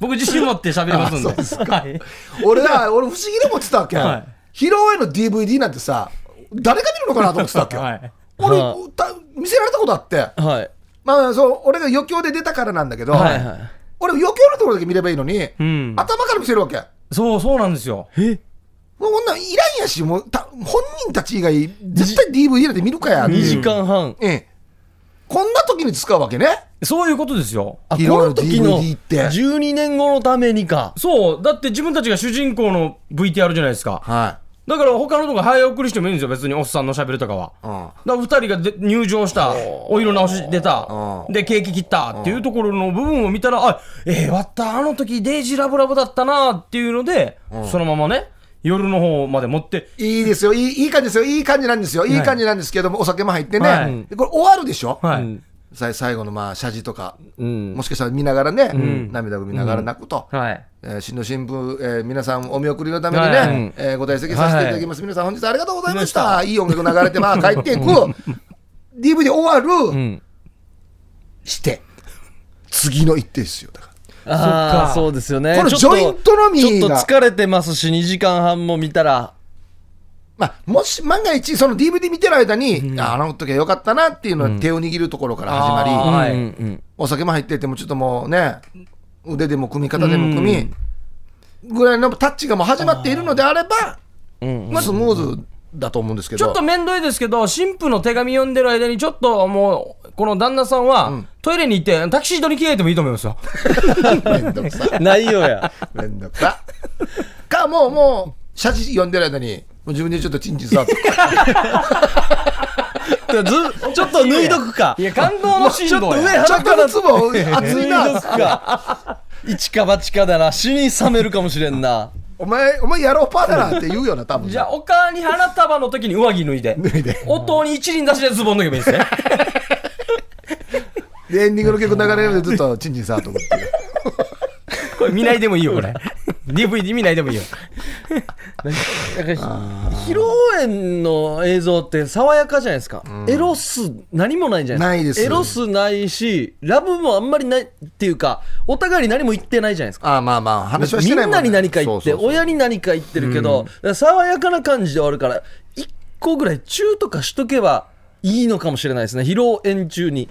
B: 僕自信持って喋りますんではい
C: 俺は俺不思議でもってたわけ、
B: はい
C: 披露宴の DVD なんてさ誰が見るのかなと思ってたわけ、
B: はい
C: 俺、
A: は
C: た見せられたことあって
A: はい
C: まあそう俺が余興で出たからなんだけど、
A: はいは
C: 俺余興のところだけ見ればいいのに、
B: ん
C: 頭から見せるわけ
B: そうそうなんですよ
A: いえ
C: もうこんなんいらんやしもうた本人たち以外絶対 DVD なんて見るかやって
A: 2
C: いう
A: 時間半
C: ええこんな時に使うわけね
B: そういうことですよ
A: あこ
C: いろいろ
A: の時の
C: DVD って
A: 12年後のためにか
B: そうだって自分たちが主人公の VTR じゃないですか
C: は
B: だから他のとこ早送りしてもいいんですよ別におっさんの喋りとかは、
C: うん
B: だから2人がで入場したお色直し出た
C: うん
B: でケーキ切ったっていうところの部分を見たらあええわったあの時デイジーラブラブだったなっていうので、そのままね夜の方まで持って
C: いいですよいいいい感じですよいい感じなんですよいい感じなんですけども、お酒も入ってね、
B: はい
C: でこれ終わるでしょ、
B: はい、
C: さい最後のまあ謝辞とか、
A: ん
C: もしかしたら見ながらね、涙を見ながら泣くと、
B: はい
C: えー新郎新婦、えー皆さんお見送りのためにね、
B: はい
C: えーご退席させていただきます、皆さん本日ありがとうございましたいい音楽流れてまあ帰っていく DVD 終わる、
A: ん
C: して次の一手ですよだから
A: あ
B: そっか
A: あそうですよね
C: これ
A: ちょっと
C: ジョイントのみが
A: ちょっと疲れてますし2時間半も見たら
C: まあ、もし万が一、その DVD 見てる間に、ああの時は良かったなっていうのは手を握るところから始まり、
B: あーはい
A: うんうん
C: お酒も入ってても、ちょっともうね、腕でも組み、肩でも組み、ぐらいのタッチがもう始まっているのであれば、
A: うん
C: まあ、スムーズだと思うんですけど、
B: ちょっと面倒いですけど、新婦の手紙読んでる間に、ちょっともう、この旦那さんは、トイレに行って、タキシードに着替えてもいいと思いますよ。
C: めんどくさ。
A: 内容や
C: めんどくさ。か、もう、もう、写真読んでる間に、もう自分でちょっとチンチン触って、
A: ずちょっと脱いどくか
B: いや、感動の振
A: ちょっと
B: 動
A: 上
B: や。
C: ちょっ
A: 裸
C: と
A: だ
C: ずつも熱
A: 脱
C: い
A: いどく。
C: な
A: か一か八かだな死に冷めるかもしれんな
C: お前、お前やろうパーだなって言うよな、多分。
B: じゃあ、おかに花束の時に上着脱いで、
C: 脱いで
B: 夫に一輪出しでズボン脱げばいいんですね。
C: で、エンディングの曲流れるでずっとチンチン触ってっていう。
B: これ見ないでもいいよ、こ れ。DVD 見ないでもいいよ。
A: 披露宴の映像って爽やかじゃないですか、エロス何もないじゃないですか
C: ないです
A: エロスないしラブもあんまりないっていうかお互いに何も言ってないじゃないですか
C: ああ、まあまあ、話はし
A: み
C: て
A: ん
C: ないもん、ね、
A: なに何か言って
C: そうそうそう
A: 親に何か言ってるけど、爽やかな感じで終わるから一個ぐらい中とかしとけばいいのかもしれないですね披露宴中に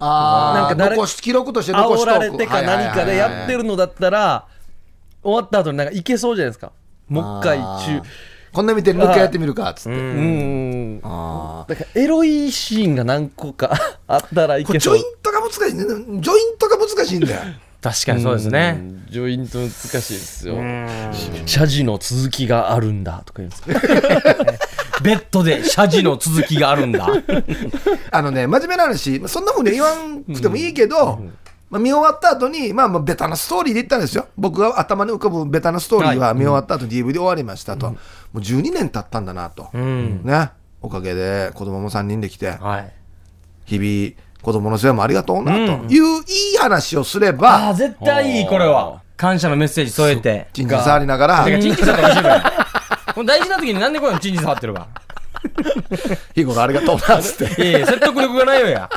C: ああ、
A: なんか誰
C: 残し、記録として残し
A: 煽
C: とく
A: られてか何かでやって。
C: はいはいはいはい
A: るのだったら終わった後になんかいけそうじゃないですかもう一回中
C: あーこんな見てる、もう一回やってみるか、つって。
A: うんうん
C: あ
A: だからエロいシーンが何個かあったらい
C: ーこ
A: け
C: れジ
A: そう
C: ョイントが難しいね。ジョイントが難しいん だよ。
B: 確かにそうですね。
A: んジョイント難しいですよ謝辞の続きがあるんだとか言うんですか
B: ベッドで謝辞の続きがあるんだ。
C: あのね、真面目な話、そんなふうに言わんくてもいいけど、まあ、見終わった後に、まあ、まあベタなストーリーで言ったんですよ。僕が頭に浮かぶベタなストーリーは見終わった後、DVD 終わりましたと。もう12年経ったんだなと。ね。おかげで子供も3人できて、
B: はい。
C: 日々子供の世話もありがとうなといういい話をすれば、
B: あ、絶対いい、これは。感謝のメッセージ添えて。
C: チンチン触りながら
B: てか、チンチン触ったら大丈夫や。もう大事な時になんでこういうのチンチン触ってるか。
C: 日頃ありがとうなっつって。
B: いやいや、説得力がないよや。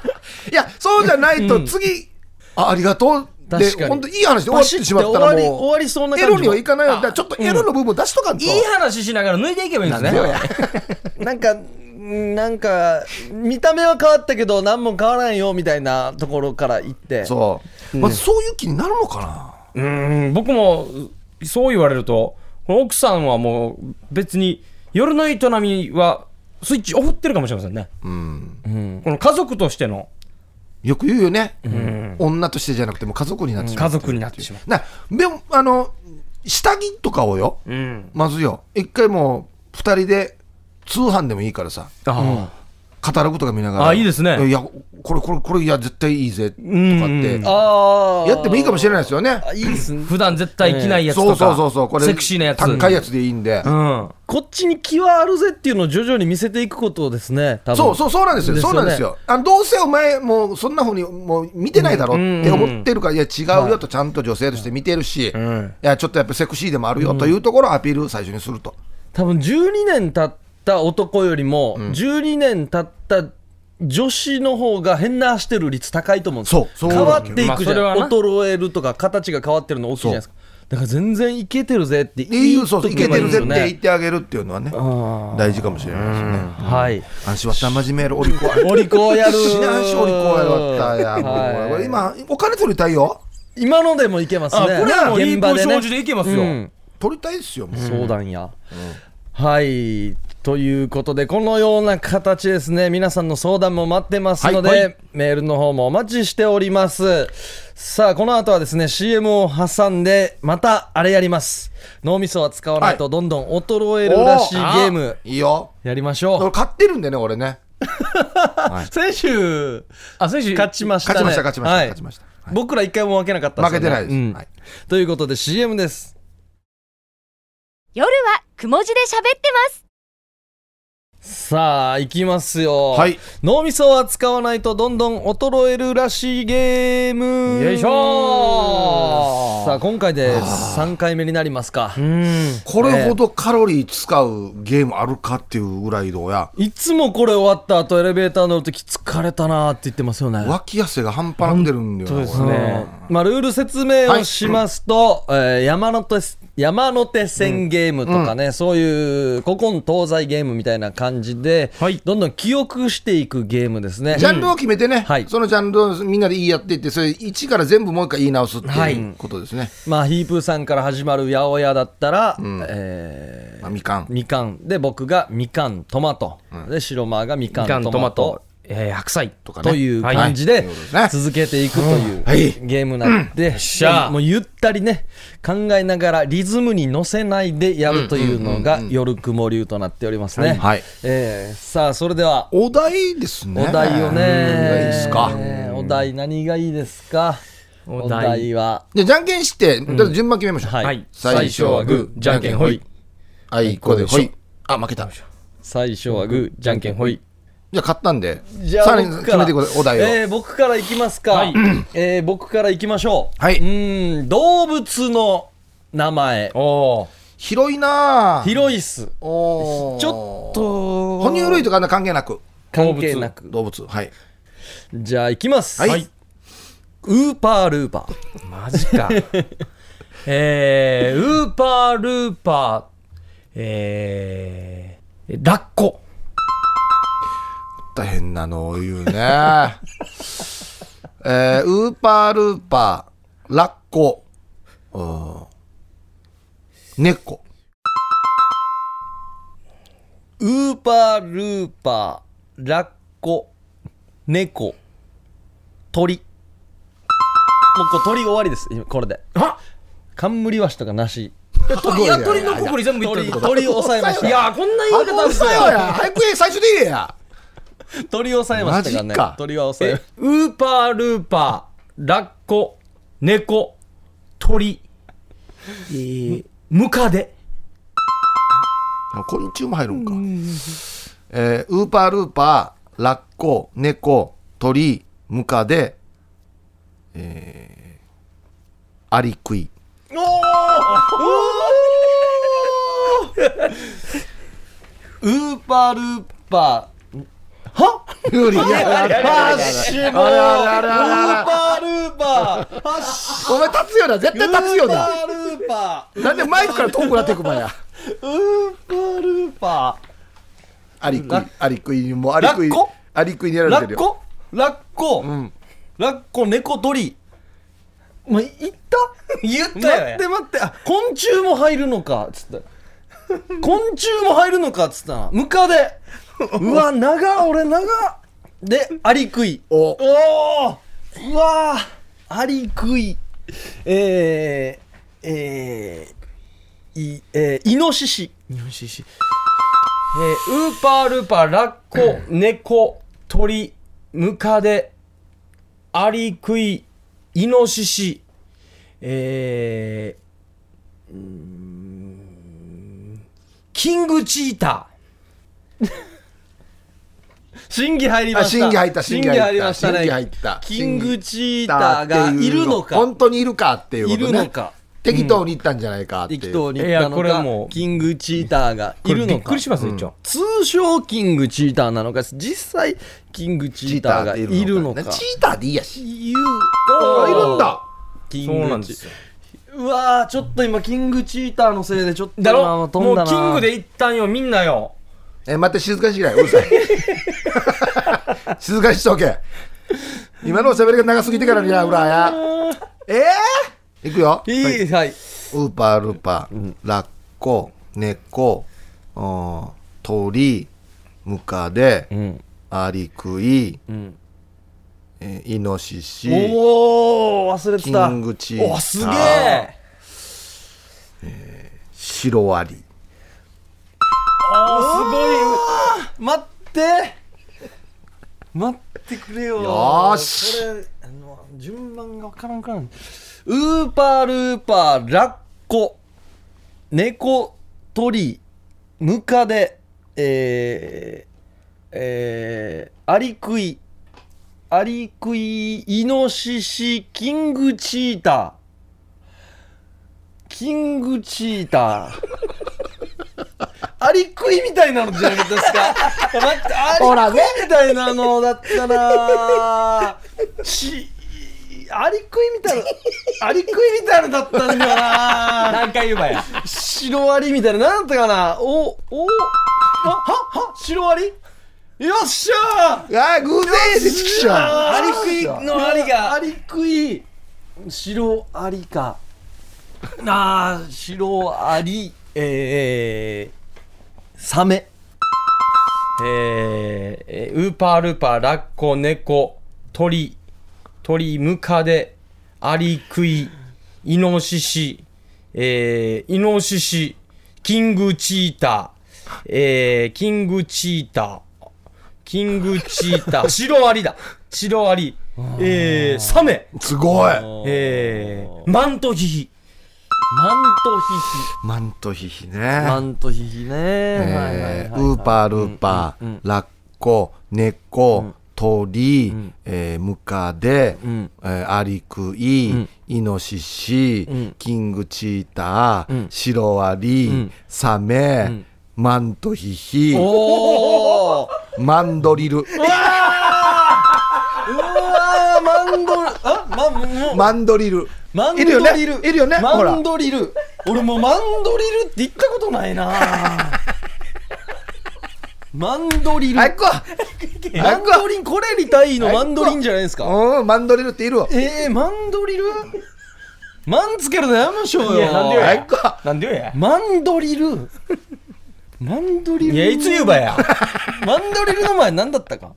C: いや、そうじゃないと次、あありがとうで
A: 確か、に
C: 本当いい話で終わってしまったら
A: パシッて終わり
C: もう、
A: 終わりそうな
C: エ
A: 感じも
C: ロにはいかないよ。だからちょっとエロの部分出しとかんと。
B: いい話しながら脱いでいけばいいんですね。
A: なんか、なんか、見た目は変わったけど、何も変わらんよみたいなところから行って、
C: そう、まあ、そういう気になるのかな、
B: うん、僕もそう言われると、この奥さんはもう別に夜の営みはスイッチオフってるかもしれませんね。この家族としての
C: よく言うよね、女としてじゃなくてもう家族になってしま
B: 家
C: う、
B: 族になってしまう。
C: なでもあの下着とかをよ、
B: うん。
C: まずよ一回もう2人で通販でもいいからさ
B: あ
C: カタログとか見ながら
B: あいいですね
C: いやこれこれこれいや絶対いいぜとかって、
A: あー
C: やってもいいかもしれないですよね
A: あいいですね
B: あ。。普段絶対着ないやつと
C: そう
B: か。
C: そうそうそうこれ
B: セクシーなやつ。
C: 高いやつでいいんで、
B: うん。
A: こっちに気はあるぜっていうのを徐々に見せていくことですね、多分
C: そうそうそうなんですよ、そうなんですよ。あのどうせお前、もうそんなふうにもう見てないだろって思ってるから、いや、違うよと、ちゃんと女性として見てるし、いや、ちょっとやっぱセクシーでもあるよというところをアピール、最初にすると。
A: 多分12年経った男よりも、12年経った女子の方が変なしてる率高いと思うんですよ
C: そうそ
A: 変
C: う
A: わっていくじゃん、
B: まあそれはな
A: 衰えるとか形が変わってるの大きいじゃないですかだから全然いけてるぜって
C: っていう、そうそう、い
A: 言
C: け
A: っとけばい
C: て
A: い
C: る
A: んです
C: ぜっ
A: よ
C: て
A: ね
C: 言ってあげるっていうのはね、大事かもしれないですね。
A: はい
C: あんしわった真面目やろ、お利口や
A: お利口やる
C: しなあしお利口やろったや、
A: はい
C: もうこれ今、お金取りたいよ。
A: 今のでもいけますね
B: あ、これはもういい
A: 現場
B: 文
A: でね
B: 章字でいけますよ。
A: うん
C: 取りたいですよ、もう
A: 相談や、はいということでこのような形ですね皆さんの相談も待ってますので、
B: はいはい
A: メールの方もお待ちしておりますさあこの後はですね CM を挟んでまたあれやります脳みそは使わないとどんどん衰えるらしい
C: お
A: ゲ
C: ー
A: ーム
C: いいよ。
A: やりましょ
C: 俺、買ってるんでね、俺ね。
A: う先週
B: あ、選手、
A: 勝ちました
C: 勝
A: ね
C: ちました、勝ちました、
A: はい
C: 勝ちました。はい
A: 僕ら一回も負けなかった
C: 負
A: です
C: け
A: よね
C: てないで
A: うん
C: す。はい
A: ということで CM です
D: 夜はくも字で喋ってます
A: さあ行きますよ
C: はい。
A: 脳みそは使わないとどんどん衰えるらしいゲーム
B: よいしょー
A: さあ今回で3回目になりますか
B: うん。
C: これほどカロリー使うゲームあるかっていうぐらいどうや、
A: いつもこれ終わった後エレベーター乗るとき疲れたなーって言ってますよね
C: 脇汗が半端なんでるんだよ
B: そう
C: な
B: です
C: これ
B: ね。
A: まあ、ルール説明をしますと、えー山手す山手線ゲームとかね、そういう古今東西ゲームみたいな感じで、
B: はい
A: どんどん記憶していくゲームですね。
C: ジャンルを決めてね、
A: はい
C: そのジャンルをみんなで言い合っていって、それ一から全部もう一回言い直すって
A: はい
C: いうことですね。
A: まあ、ヒープーさんから始まる八百屋だったら、えー
C: まあみかん。
A: みかんで僕がみかんトマト、で白間がみかん
B: みかん、
A: ト
B: トマ
A: マト
B: ト、えー白菜と
C: かね
A: という感じ
C: はい
A: で
C: ということですね
A: 続けていくという
C: はい
A: ゲームなんで、
B: しゃ
A: もうゆったりね考えながらリズムに乗せないでやるというのが夜雲流となっておりますね、
C: はい
A: えーさあそれでは
C: お題ですね。
A: お題をね
C: 何がいいですか。
A: お題何がいいですかお
B: お題
A: 題は
C: じゃあ、じゃんけんして、とりあえず順番決めましょう。
A: はい、
B: はい
C: 最初はグー、
B: じゃんけんほい。
C: はい、こうで、ほい。あ、負けた。じゃ
A: 最初はグーじゃんけんほい
C: あ、勝ったんで、
A: じゃ
C: さ
A: あ
C: らに
A: 僕か
C: 決め
A: ら
C: てください、お題を。
A: えー僕からいきますか、
B: はい
A: えー僕からいきましょう、
C: はいう
A: ーん動物の名前
B: おー
C: 広いなぁ。
A: 広いっす
C: おー
A: ちょっ。と
C: 哺乳類とかあんな関係なく。
A: 関係なく
C: 動物。はい。
A: じゃあいきます、
C: はい
A: ウーパールーパー
B: マジか。 えー、ウーパールーパー、えー、ラッコ。
C: 大変なのを言うね。 えー、ウーパールーパー、ラッコ、うん、猫。
A: ウーパールーパーラッコ猫鳥もうこれ鳥終わりです今これで
B: あ
A: 冠ワシとかなし
B: 鳥、いや、鳥のくくり全部いってる
A: 鳥
B: ってこと
A: 鳥を抑えまし
B: い
A: た
B: やー、こんな言い方あ
C: う
B: る
C: るさい
B: か
C: わや。早く言え最初で言えや。
A: 鳥を抑えましたから
C: マ
A: ね
C: ジか
A: 鳥は抑えました
B: ウーパールーパー、ラッコ、猫、鳥、えー、ムカデ。
C: あ昆虫も入るんか。えー、ウーパールーパー、ラッコ、猫、鳥、ムカデ、えー、アリクイ。
A: ウーパールーパ
C: 有利。
A: ーハッシュもウ
C: あらあ
A: ー
C: らあらあら
A: パールーパーハッシ
C: お前立つよな、絶対立つ
A: ュウ
C: よ
A: ーパ
C: な。
A: ールーパー
C: なんでマイクから遠くなってくばや。
A: ウーパールーパ
C: アリクイ、アリクイにも、アリクイ
A: ラッコ、
C: アリクイにや
A: ー
C: ら
A: ラ
C: れてる
A: ッ
C: よ。
A: コラッコ
C: ん
A: ラッコ猫鳥お前言った
B: 言っ
A: 待って待ってあ昆虫も入るのかつって昆虫も入るのかつったなムカデうわ長俺長でアリクイ
C: お
A: おーうわーアリクイえー、えー、いえー、イノシシ
B: 日本史史えー、ウーパールーパー、ラッコ、猫、鳥、ムカデ、アリクイ、イノシシ、えーうーんキングチータ
A: 審議入りました
C: あ審議入った審議入っ
A: 審
C: た
A: 議りましたね
C: 審議入った
A: キングチーターがいるのか
C: 本当にいるかっていうことね
A: いるのか
C: 適当に言ったんじゃないかっていう、
A: 適当に言ったの
B: いやこ
A: か
B: れもう
A: キングチーターが
B: ー。
A: いる
B: これ
A: の
B: びっく
A: か
B: りしますね、一応。
A: 通称キングチーターなのか実際キングチーターがいるのか
C: チーターでいいやし
A: いう
B: お
C: あ
B: ー
C: いるんだ
A: キ
B: そう
A: ン
B: なん
A: グ
B: で
A: チ
B: すよ。
A: うわーちょっと今キングチーターのせいでちょっと
B: だ
A: ま
B: ろ
A: あ飛
B: も
A: んだ
B: う
A: な
B: キングでいったんよ、みんなよ。
C: え待って静かにしないうるさい 静かにしとけ今のおしゃべりが長すぎてからにやうらやええー、いくよ
A: いいはい
C: ウーパールーパーラッコ猫うん鳥ムカデ、
A: ん
C: アリクイ、
A: ん
C: えーイノシシ
A: おお忘れて
C: キ
A: た
C: ングチーター
A: おすげえ
C: シロアリ
A: あすごい待って待ってくれよ
C: よーし
A: これあの順番が分からんからんウーパールーパーラッコ猫鳥ムカデえーえーアリクイアリクイイノシシキングチーターキングチーターアリクイみたいなのじゃないですか待ってアリクイみたいなのだったらしアリクイみたいなアリクイみたいなのだったんだよな
B: 何回言うばや。
A: シロアリみたいななんだったかなおおあははシロアリよっしゃー
C: あー、偶然やで、チクション。
A: あ
B: アリクイのアリ
A: ア
B: が。
A: リクイ白アリかなあ白アリえー、サメ
B: えーえー、ウーパールーパー、ラッコ、猫、鳥、鳥、ムカデ、アリクイ、イノシシ、えー、イノシシ、キングチーター、えー、キングチーター、キングチータ ー、シロアリだ、シロアリ、えー、サメ、
C: すごい。
B: えー、マントヒヒ、
A: マント
C: マントヒヒね。
A: ヒヒマントヒヒね、はいはいはい
C: えーウーパールーパー、ラッコ、猫、鳥、えームカデ、
A: ん
C: えーアリクイ、イノシシ、
A: ん
C: キングチーター、
A: ん
C: シロアリ、サメ、マントヒヒ、
A: おお
C: マンドリル、
A: うわーマンドリあまもう
C: マンドリル。
A: マンド
C: いるよ
A: リル
C: ね。いるよね。ほ
A: マ
C: ら
A: ン。ドリル俺もうマンドリルって言ったことないな マンドリル
C: あいこ
A: マンドリンこれリタイのマンドリンじゃないですか
C: うん、マンドリルっているわ。
A: えー、マンドリルマンつけるのやめましょう
B: い
A: よ
B: やなんでよ
C: あ
B: や
C: いこ
B: なんでよや。
A: マンドリルマンドリル
B: いや、いつ言うばや。
A: マンドリルの前何だったか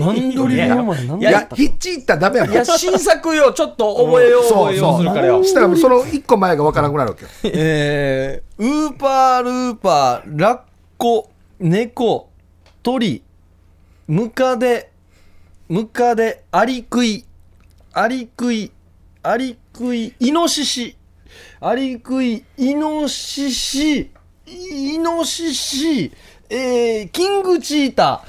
A: マンドリルの前何
C: い
A: だ
C: や
A: っ、たか
C: ヒッチ行ったらダメやもん。
B: いや、新作よ、ちょっと覚えよう、
C: そ
B: 覚
C: う
B: えよう
C: そ
B: す
C: う
B: るからよ。
C: したらもうその一個前がわからなくな るわけよ。
A: えー、ウーパールーパーラッコ猫鳥ムカデムカデアリクイアリクイアリクイイノシシアリクイイノシシイノシシえー、キングチータ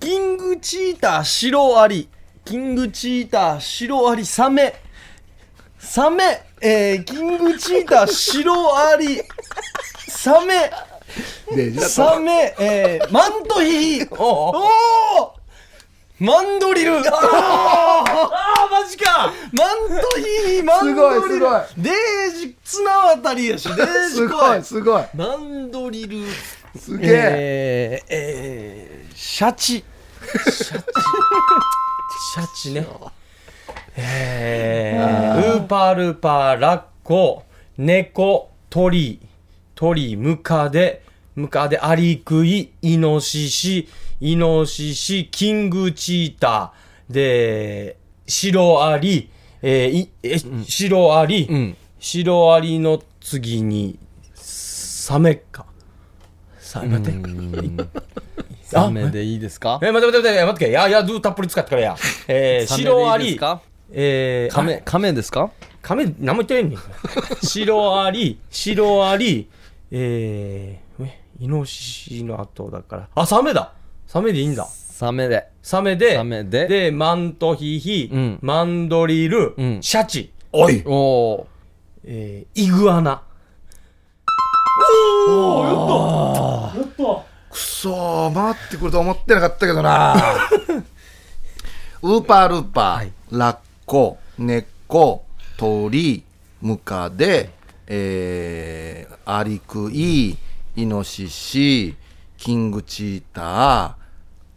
A: ーキングチーターシロアリキングチーターシロアリサメサメ、えー、キングチーター、シロアリ、サメ、
C: で
A: サメ、えー、マントヒヒ、
B: おうおう
A: おおマンドリル、マン
B: ああ、マジか
A: トヒヒ、マンドリル
C: すごいすごい、
A: デージ、綱渡りやし、デージ
C: すご
A: 怖い
C: い、。すごい。
A: マンドリル、
C: すげえ。
A: えー、えー、シャチ、
B: シャチね。えー、ウーパールーパー、ラッコ、猫、鳥、鳥、ムカデ、ムカデ、アリクイ、イノシシ、イノシシ、キングチーター、で、シロアリ、えーいえシロアリ、
A: ん
B: シロアリの次に、サメか。さあ、待って。
A: サメでいいですか
B: えー、待って待って待って待っていやいやずーたっぷり使ってからやえー、
A: サメ
B: シ
A: でいいですか
B: ロアリえー、
A: カメ、カメですか
B: あカメ何も言って ないねんシロアリシロアリえー、えイノシシの後だからあサメだサメでいいんだ
A: サメで。
B: サメで
A: サメで
B: でマントヒヒ、
A: うん
B: マンドリル、
A: うん
B: シャチ、
C: おい
A: おお。
B: えー、イグアナ
C: くそー、回ってくると思ってなかったけどな。ウーパールーパー、ラッコ、猫、鳥、ムカデ、えー、アリクイ、イノシシ、キングチーター、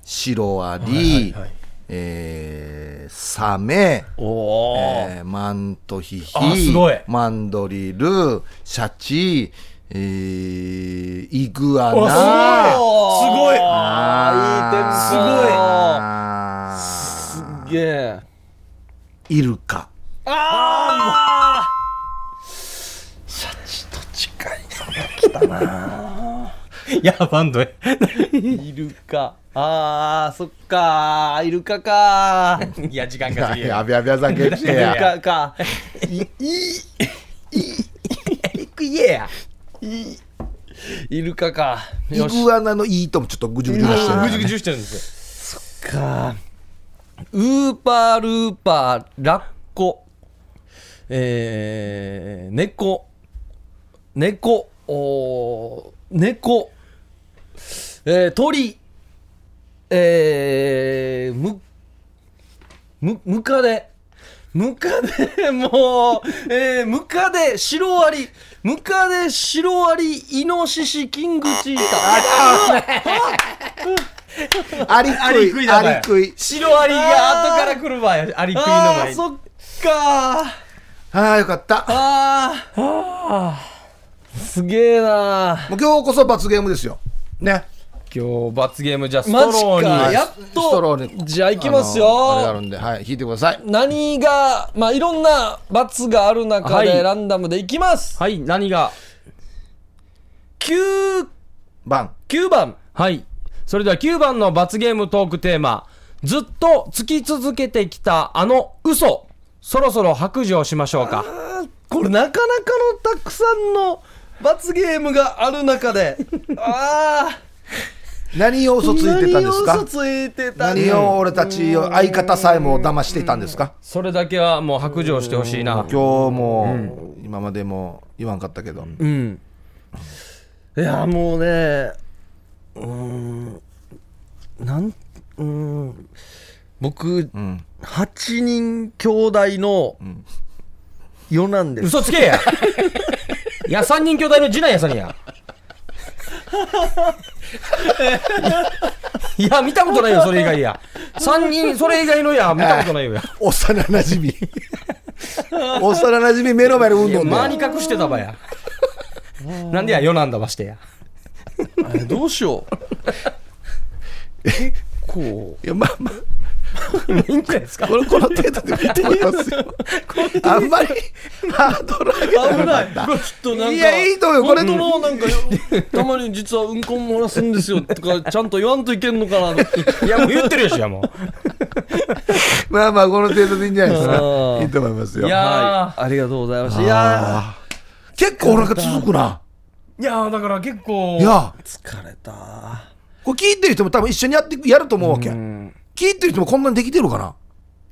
C: シロアリ、えー、サメ、
A: おお。
C: えーマントヒ
B: あ
C: ヒ
B: すごい
C: マンドリルシャチ、えーイグア
B: お
C: ナ
B: すごい
A: あ
C: あ
A: いい点数す
C: ー
A: げえ
C: イルカ
A: あシャチと近
B: い やバンドへ
A: いイルカあーそっかイルカか
B: いや時間が過ぎる
C: やべやべやざけし
A: イル
C: てや
A: カかい
B: いくいえや
A: いイルカか
C: イ
A: よし
C: グアナのいいともちょっとぐじゅぐじゅ出してる
B: ぐじゅぐじゅしてるんですよ
A: かウーパールーパーラッコえー、猫猫おー猫えー、鳥えー、むむムカデムカデ、 もう、えー、ムカデ、シロアリ、ムカデ、シロアリ、イノシシ、キングチーター。
C: アリ
A: アリ
C: ク
A: ク
C: イ
A: イ
C: ア
A: だね
C: リクイ
B: シロアリが後から来る場合、アリクイの場
A: あ
B: 合
A: ー、。そっかー。
C: ああよかったも
A: あーすげえな
C: う今日こそ罰ゲームですよね
B: 今日罰ゲームじゃあスト
A: マジ
B: ローに
A: か
C: はい
A: やっ
C: ストローに
A: とじゃあ行きます
C: あのあれがある
A: よ
C: んではい引いてください
A: 何がまあいろんな罰がある中
B: は
A: で
B: い
A: ランダムでいきます
B: はい何が
A: 9
C: バン
A: 九番
B: はいそれでは9番の罰ゲームトークテーマずっとつき続けてきたあの嘘そろそろ白状しましょうか
A: これなかなかのたくさんの罰ゲームがある中 でああ
C: 何を嘘ついてたんです
A: 何を
C: か
A: 嘘ついてた
C: 何を俺たちを相方さえも騙していたんですか
B: それだけはもう白状してほしいな
C: 今日も今までも言わんかったけど
A: うんいやもうねうーんなんうーん僕
C: うん
A: 8人兄弟の四男です、
B: 嘘つ けやいや三人兄弟の次男やさん やいや見たことないよそれ以外や三人それ以外のや見たこと ないよや
C: 幼なじみ 幼なじみ目の前の運動
B: 間
C: で
B: に隠してたばやなんでや世なんだばして や
A: あれどうしよう
B: こ
C: いやまあまあ
B: ういいんじゃないですか
C: このこの程度でもいいと思いますよあんまりハードル上げた
A: 危
C: ら
A: ない
C: ま
A: ち
C: た
A: ょっとなんか
C: いやいいと思うよこれ
A: 本当のなんかよたまに実はうんこ漏らすんですよとかちゃんと言わんといけんのかな と
B: いやもう言ってるやしやも
C: まあまあこの程度でいいんじゃないです
A: うん
C: かいいと思いますよ
B: いや
A: はい、ありがとうございましたいや
C: 結構お腹続くな
B: ういやだから結構
C: いや
A: ー疲れた
C: これ聞いてる人も多分一緒にやってやると思うわけ聞いてる人もこんなにできてるかな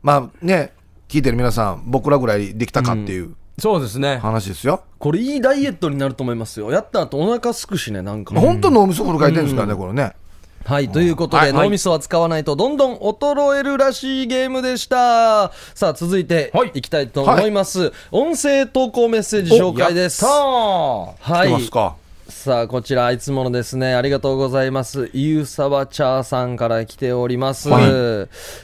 C: まあね聞いてる皆さん僕らぐらいできたかっていう
B: そうですね
C: 話ですよ、
A: これいいダイエットになると思いますよやった後お腹すくしねなんか
C: まあ本当の脳みそフル書いてるんですからね、これね
A: はい、ということ
C: は
A: で、
C: いはい
A: 脳みそは使わないとどんどん衰えるらしいゲームでした。さあ、続いて
B: はい
A: いきたいと思います。音声投稿メッセージ紹介です。
B: やった
A: は
B: ー
C: 知って
A: い
C: ま。すか
A: さあ、こちら、いつものですね、ありがとうございます。ゆうさわちゃーさんから来ております。
C: はい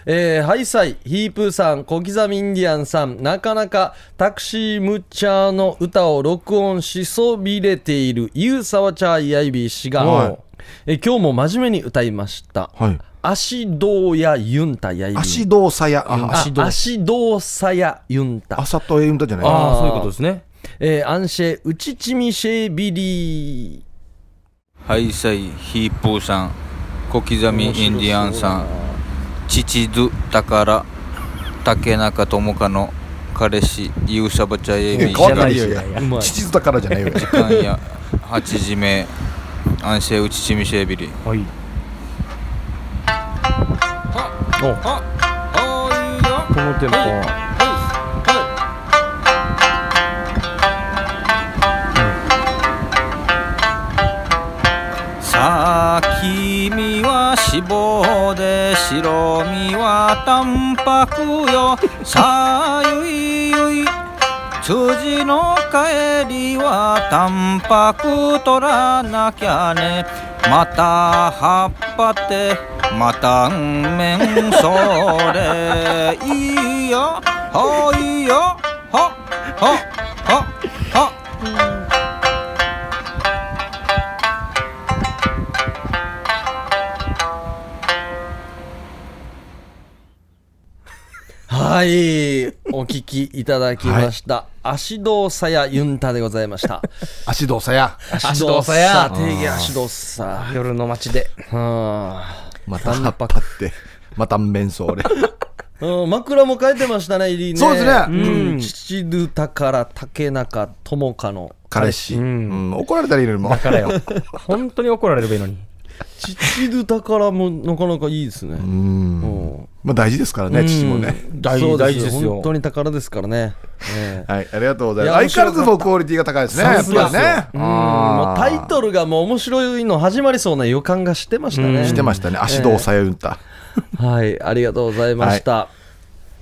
A: えーハイサイ、ヒープーさん、小刻みインディアンさん、なかなかタクシームッチャーの歌を録音しそびれているゆうさわちゃーイアイビー氏が、
C: はい
A: えー今日も真面目に歌いました。
C: はい
A: 足どうやユンタやいび
C: 足動作やあ
A: あ
C: 足動
A: 足どうさやユンタ
C: あさとえ言うんだじゃない
B: ああそういうことですね
A: えーアンシェウチチミシェビリー
E: ハイサイヒープーさん小刻みインディアンさん父ず宝竹中智香の彼氏ユーサバチャエビ
C: 変わ
E: が
C: んない
E: 時
C: よ
B: いやいや
A: うまい
C: 父図だからじゃないよ
E: 間や8時目アンシェウチチミシェビリ
B: はいおこの手も
E: さあ君は脂肪で白身はタンパクよさあゆいゆい辻の帰りはタンパク取らなきゃねまた葉っぱってまたんめんそれいいよほいよほほほほ
A: はいお聞きいただきました、足どうさやユンタでございました
C: 足動作や
B: 足動作や
A: 定義足どうさ
B: 夜の街で
A: は
C: また葉っぱってまた面相俺
A: あうん枕も書いてましたね、入りね。
C: そうですね
A: うん。父ぬ宝、竹中、友香の。
C: 彼氏、う
B: うん
C: ん怒られたらいいのにもう
B: からよ本当に怒られればいいのに
A: 父ぬ宝もなかなかいいですね。
C: うん
A: うん
C: まあ大事ですからね父もね
B: 大
A: そう
B: 大事ですよ
A: 本当に宝ですからね。ね
C: はいありがとうござい
A: いや
C: ま
A: 面
C: す相
A: 白かった
C: 変わらずもクオリティが高いですねや
B: さ
C: っ
B: すが
C: ぱりね
A: うんもうタイトルがもう面白いの始まりそうな予感がしてましたね。
C: してましたね足動作やうんた
A: はい、ありがとうございました。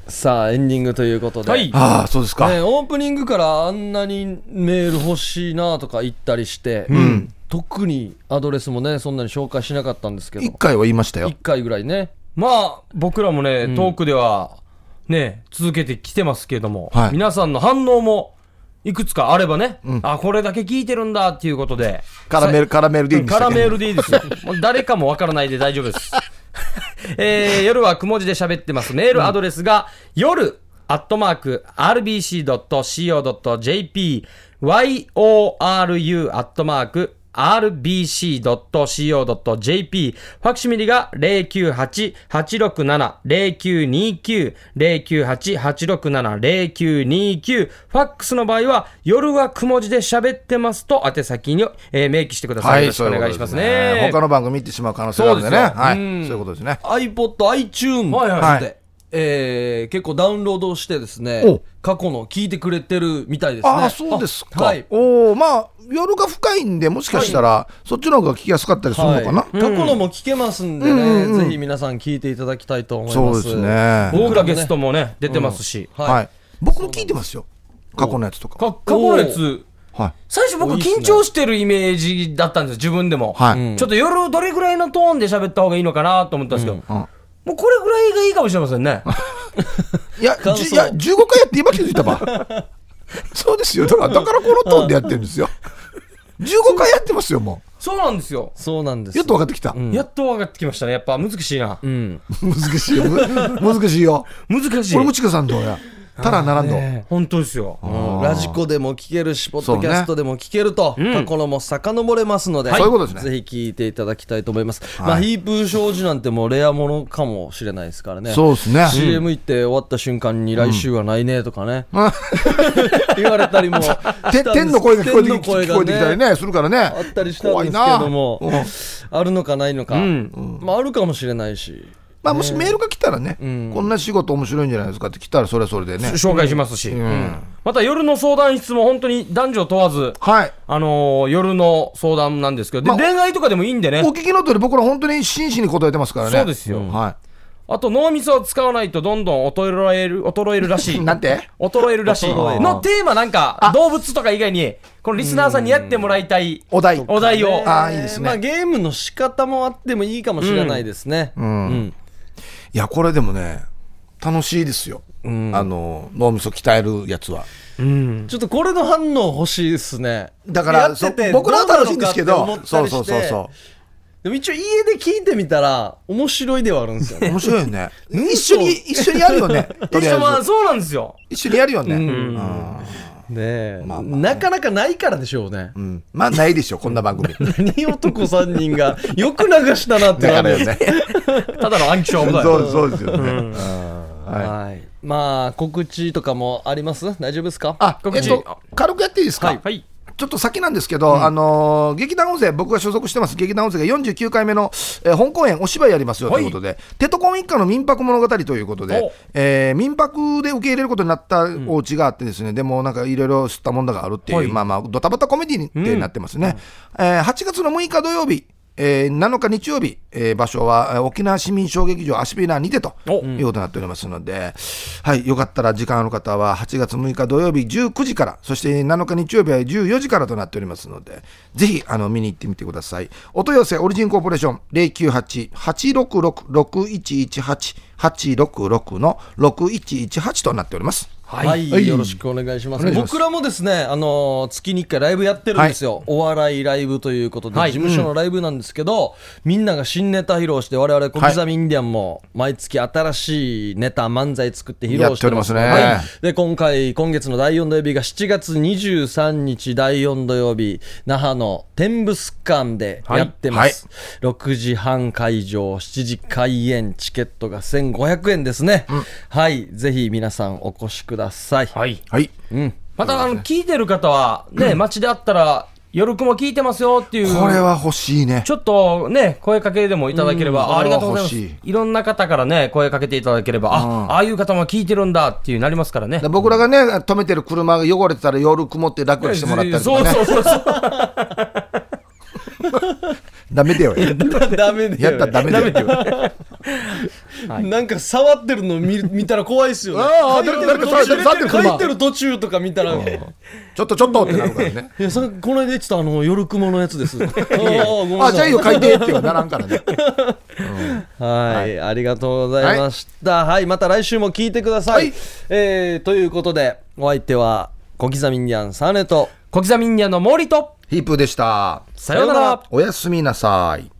A: さあエンディングということで、
B: はい
A: ね、
C: ああそうですか、
A: オープニングからあんなにメール欲しいなとか言ったりして、
C: ん
A: 特にアドレスもねそんなに紹介しなかったんですけど
C: 一回は言いましたよ
A: 1回ぐらいね
B: まあ、僕らもね、トークでは、ね、続けてきてますけども、
C: はい
B: 皆さんの反応も、いくつかあればね、あ、これだけ聞いてるんだっていうことで。
C: カラメル
B: さ
C: カラメルでいいんで
B: カ
C: す
B: ラメールでいいですよ。もう誰かもわからないで大丈夫です。えー夜はくも字で喋ってます。メールアドレスが、夜、アットマーク、rbc.co.jp、yoru、アットマーク、rbc.co.jp、ファクシミリが098-867-0929、098-867-0929、ファックスの場合は、夜はくも字で喋ってますと、宛先に、えー明記してください。よろしくお願いします
C: そういうことで
B: ね。
C: 他の番組行ってしまう可能性があるんでね。
B: そうですよ
C: はい。そう
A: うん
C: いうことですね。
A: iPod、iTunes で、
B: はいはい
C: はい
A: えー結構ダウンロードしてです
C: お
A: ね過去の聞いてくれてるみたいですね
C: ああ、そうですか。
A: はい
C: おお、まあ、夜が深いんで、もしかしたら、そっちの方が聞きやすかったりするのかな。
A: はい過去のも聞けますんでね、ぜひ皆さん聞いていただきたいと思い
C: そ
A: ま
C: う
A: す
C: ですね。
B: 僕らゲストもね、出てますし。
A: はい、
C: はい。僕も聞いてますよ。過去のやつとか。
B: か過去のやつ、
C: はい。
B: 最初僕
A: おいいっすね
B: 緊張してるイメージだったんですよ、自分でも。
C: はい。
A: うん
B: ちょっと夜どれぐらいのトーンで喋った方がいいのかなと思ったんですけど、
C: うん
B: もうこれぐらいがいいかもしれませ んね。
C: いや、
A: 感想
C: じいや、15回やって今気づいたば。そうですよ。だから、だからこのトーンでやってるんですよ。15回やってますよ、も
B: そうなんですよ。
A: そうなんです
C: う。やっと分かってきた。
B: やっと分かってきましたね。やっぱ難しいな
A: う。ん
C: 難しいよ。む難しいよ。
B: 難しい。
C: 俺もちかさんどうや。たらならんど。
B: 本当ですよ。
A: うんラジコでも聞けるし、ポッドキャストでも聞けると、過去のも遡れますので、
C: はいそういうことですね
A: ぜひ聞いていただきたいと思います。まあ、ヒープー障子なんてもうレアものかもしれないですからね。
C: そうですね。
A: CM 行って終わった瞬間に来週はないねとかね、言われたりもしたんで
C: て
A: す
C: 天の声が聞こえて
A: 天の
C: き聞こえてきたりね、するからね。
A: あったりしたんですけども
C: 怖いなうん
A: あるのかないのか、
B: ん
A: まあ、あるかもしれないし
C: まあ、もしメールが来たらね、こんな仕事面白いんじゃないですかって来たら、それはそれでね。
B: 紹介しますし。
C: うん
B: また夜の相談室も本当に男女問わず、
C: はい。
B: あのー夜の相談なんですけど、で
C: まあ
B: 恋愛とかでもいいんでね
C: お。聞きの通り、僕ら本当に真摯に答えてますからね。
B: そうですよ
C: は
B: あと脳みそを使わないとどんどん衰える、衰えるらし
C: い。
B: い。
C: なんて
B: 衰えるらしい。
A: 衰える
B: のテーマなんか、動物とか以外に、このリスナーさんにやってもらいたい
C: お題。
B: お題を。
C: ああ、いいです
A: まあ、
C: ね。
A: ゲームの仕方もあってもいいかもしれないですね、
C: ん
A: うん
C: いや、これでもね、楽しいですよ。あの、脳みそ鍛えるやつは。
A: ちょっとこれの反応欲しいですね
C: だか
A: や
C: ら、
A: っ
C: そ
A: てて
C: 僕らは楽しいんですけ
A: ど
C: ど
A: うなのかっ、て
C: そ
A: 思
C: う
A: ったり
C: そう
A: して
C: そうそ
A: でも一応家で聞いてみたら面白いではあるんですよ
C: う。
A: ね
C: 面白いよね。一緒に、一緒にやるよね。とり
B: で
C: あ
B: ま
C: え
B: あ
C: ず。
B: そうなんですよ。
C: 一緒にやるよね。うん
A: ねえ、
C: まあまあ
A: なかなかないからでしょうね
C: うんまあ、ないでしょ、こんな番組。
A: 何男3人がよく流したなってな
C: だか
A: るよ
C: らよ
A: ね
C: ね。
B: ただの暗記症 だ
C: そう
B: よ。
C: ですそうですよね。はい
A: はい、まあ告知とかもあります大丈夫ですか
C: あ、
B: 告
C: えっ
B: 知
C: と、軽くやっていいですか、
B: はい。はい。
C: ちょっと先なんですけど、あのー劇団音声、僕が所属してます劇団音声が49回目の、えー本公演、お芝居やりますよということで、テトコン一家の民泊物語ということ
B: お
C: で、えー民泊で受け入れることになったお家があってですね、でもなんかいろいろ吸ったもんだがあるっていう、
B: はい
C: まあまあ、ドタバタコメディにってなってますね。えー8月の6日土曜日、えー7日日曜日、えー場所はえー沖縄市民小劇場アシビラにてと
B: お
C: いうことになっておりますので、はい、よかったら時間ある方は8月6日土曜日19時から、そして7日日曜日は14時からとなっておりますので、ぜひあの見に行ってみてください。お問い合わせ、オリジンコーポレーション098-866-6118、866の6118となっております。
A: はい、
C: はい
A: よろしくお願いします。
C: お願いします
A: 僕らもですね、あのー月に1回ライブやってるんですよ、お笑いライブということで、
B: はい
A: 事務所のライブなんですけど、みんなが新ネタ披露して、我々小刻みインディアンも毎月新しいネタ、漫才作って披露してますので
C: やっております
A: は
C: ね
A: いで、今回、今月の第4土曜日が7月23日第4土曜日、那覇の天物館でやってます。6時半会場、7時開演、チケットが1500円ですね。はい、ぜひ皆さんお越しください。
B: はい。
C: はい。
A: うん、
B: また、あの、聞いてる方は、ね、街であったら、夜雲聞いてますよっていう。
C: これは欲しいね。
B: ちょっとね、声かけでもいただければ、
C: うん
B: あありがとうございます。
C: これは
B: い
C: 欲
B: ろんな方からね、声かけていただければ、あ、
C: うん
B: ああいう方も聞いてるんだっていうなりますからね
C: だから。僕らがね、止めてる車が汚れてたら夜曇って楽してもらったりと
B: そ
C: か
B: う
C: ね。
B: そうそうそう。
C: ダメだよ。
A: ダメで
C: やったらダメだよ。
A: なんか触ってるの見 見たら怖いっすよね。
C: ああ
A: 書いて
C: 誰
A: る
C: か触ってる触って
A: 途中書いてる
C: る車
A: 途中とか見たら。
C: ちょっとちょっとってなるからね
A: いやそれこの間言ってたあの夜雲のやつ です。あ
C: あじゃあいいよ書い
A: て。
C: てってはならんからね
A: はい、ありがとうございました。はい、また来週も聞いてください。
C: はい
A: えーということでお相手は小刻みインディアンサネと
B: 小刻みインディアンの森と
C: ヒープーでした
B: さようなら
C: おやすみなさい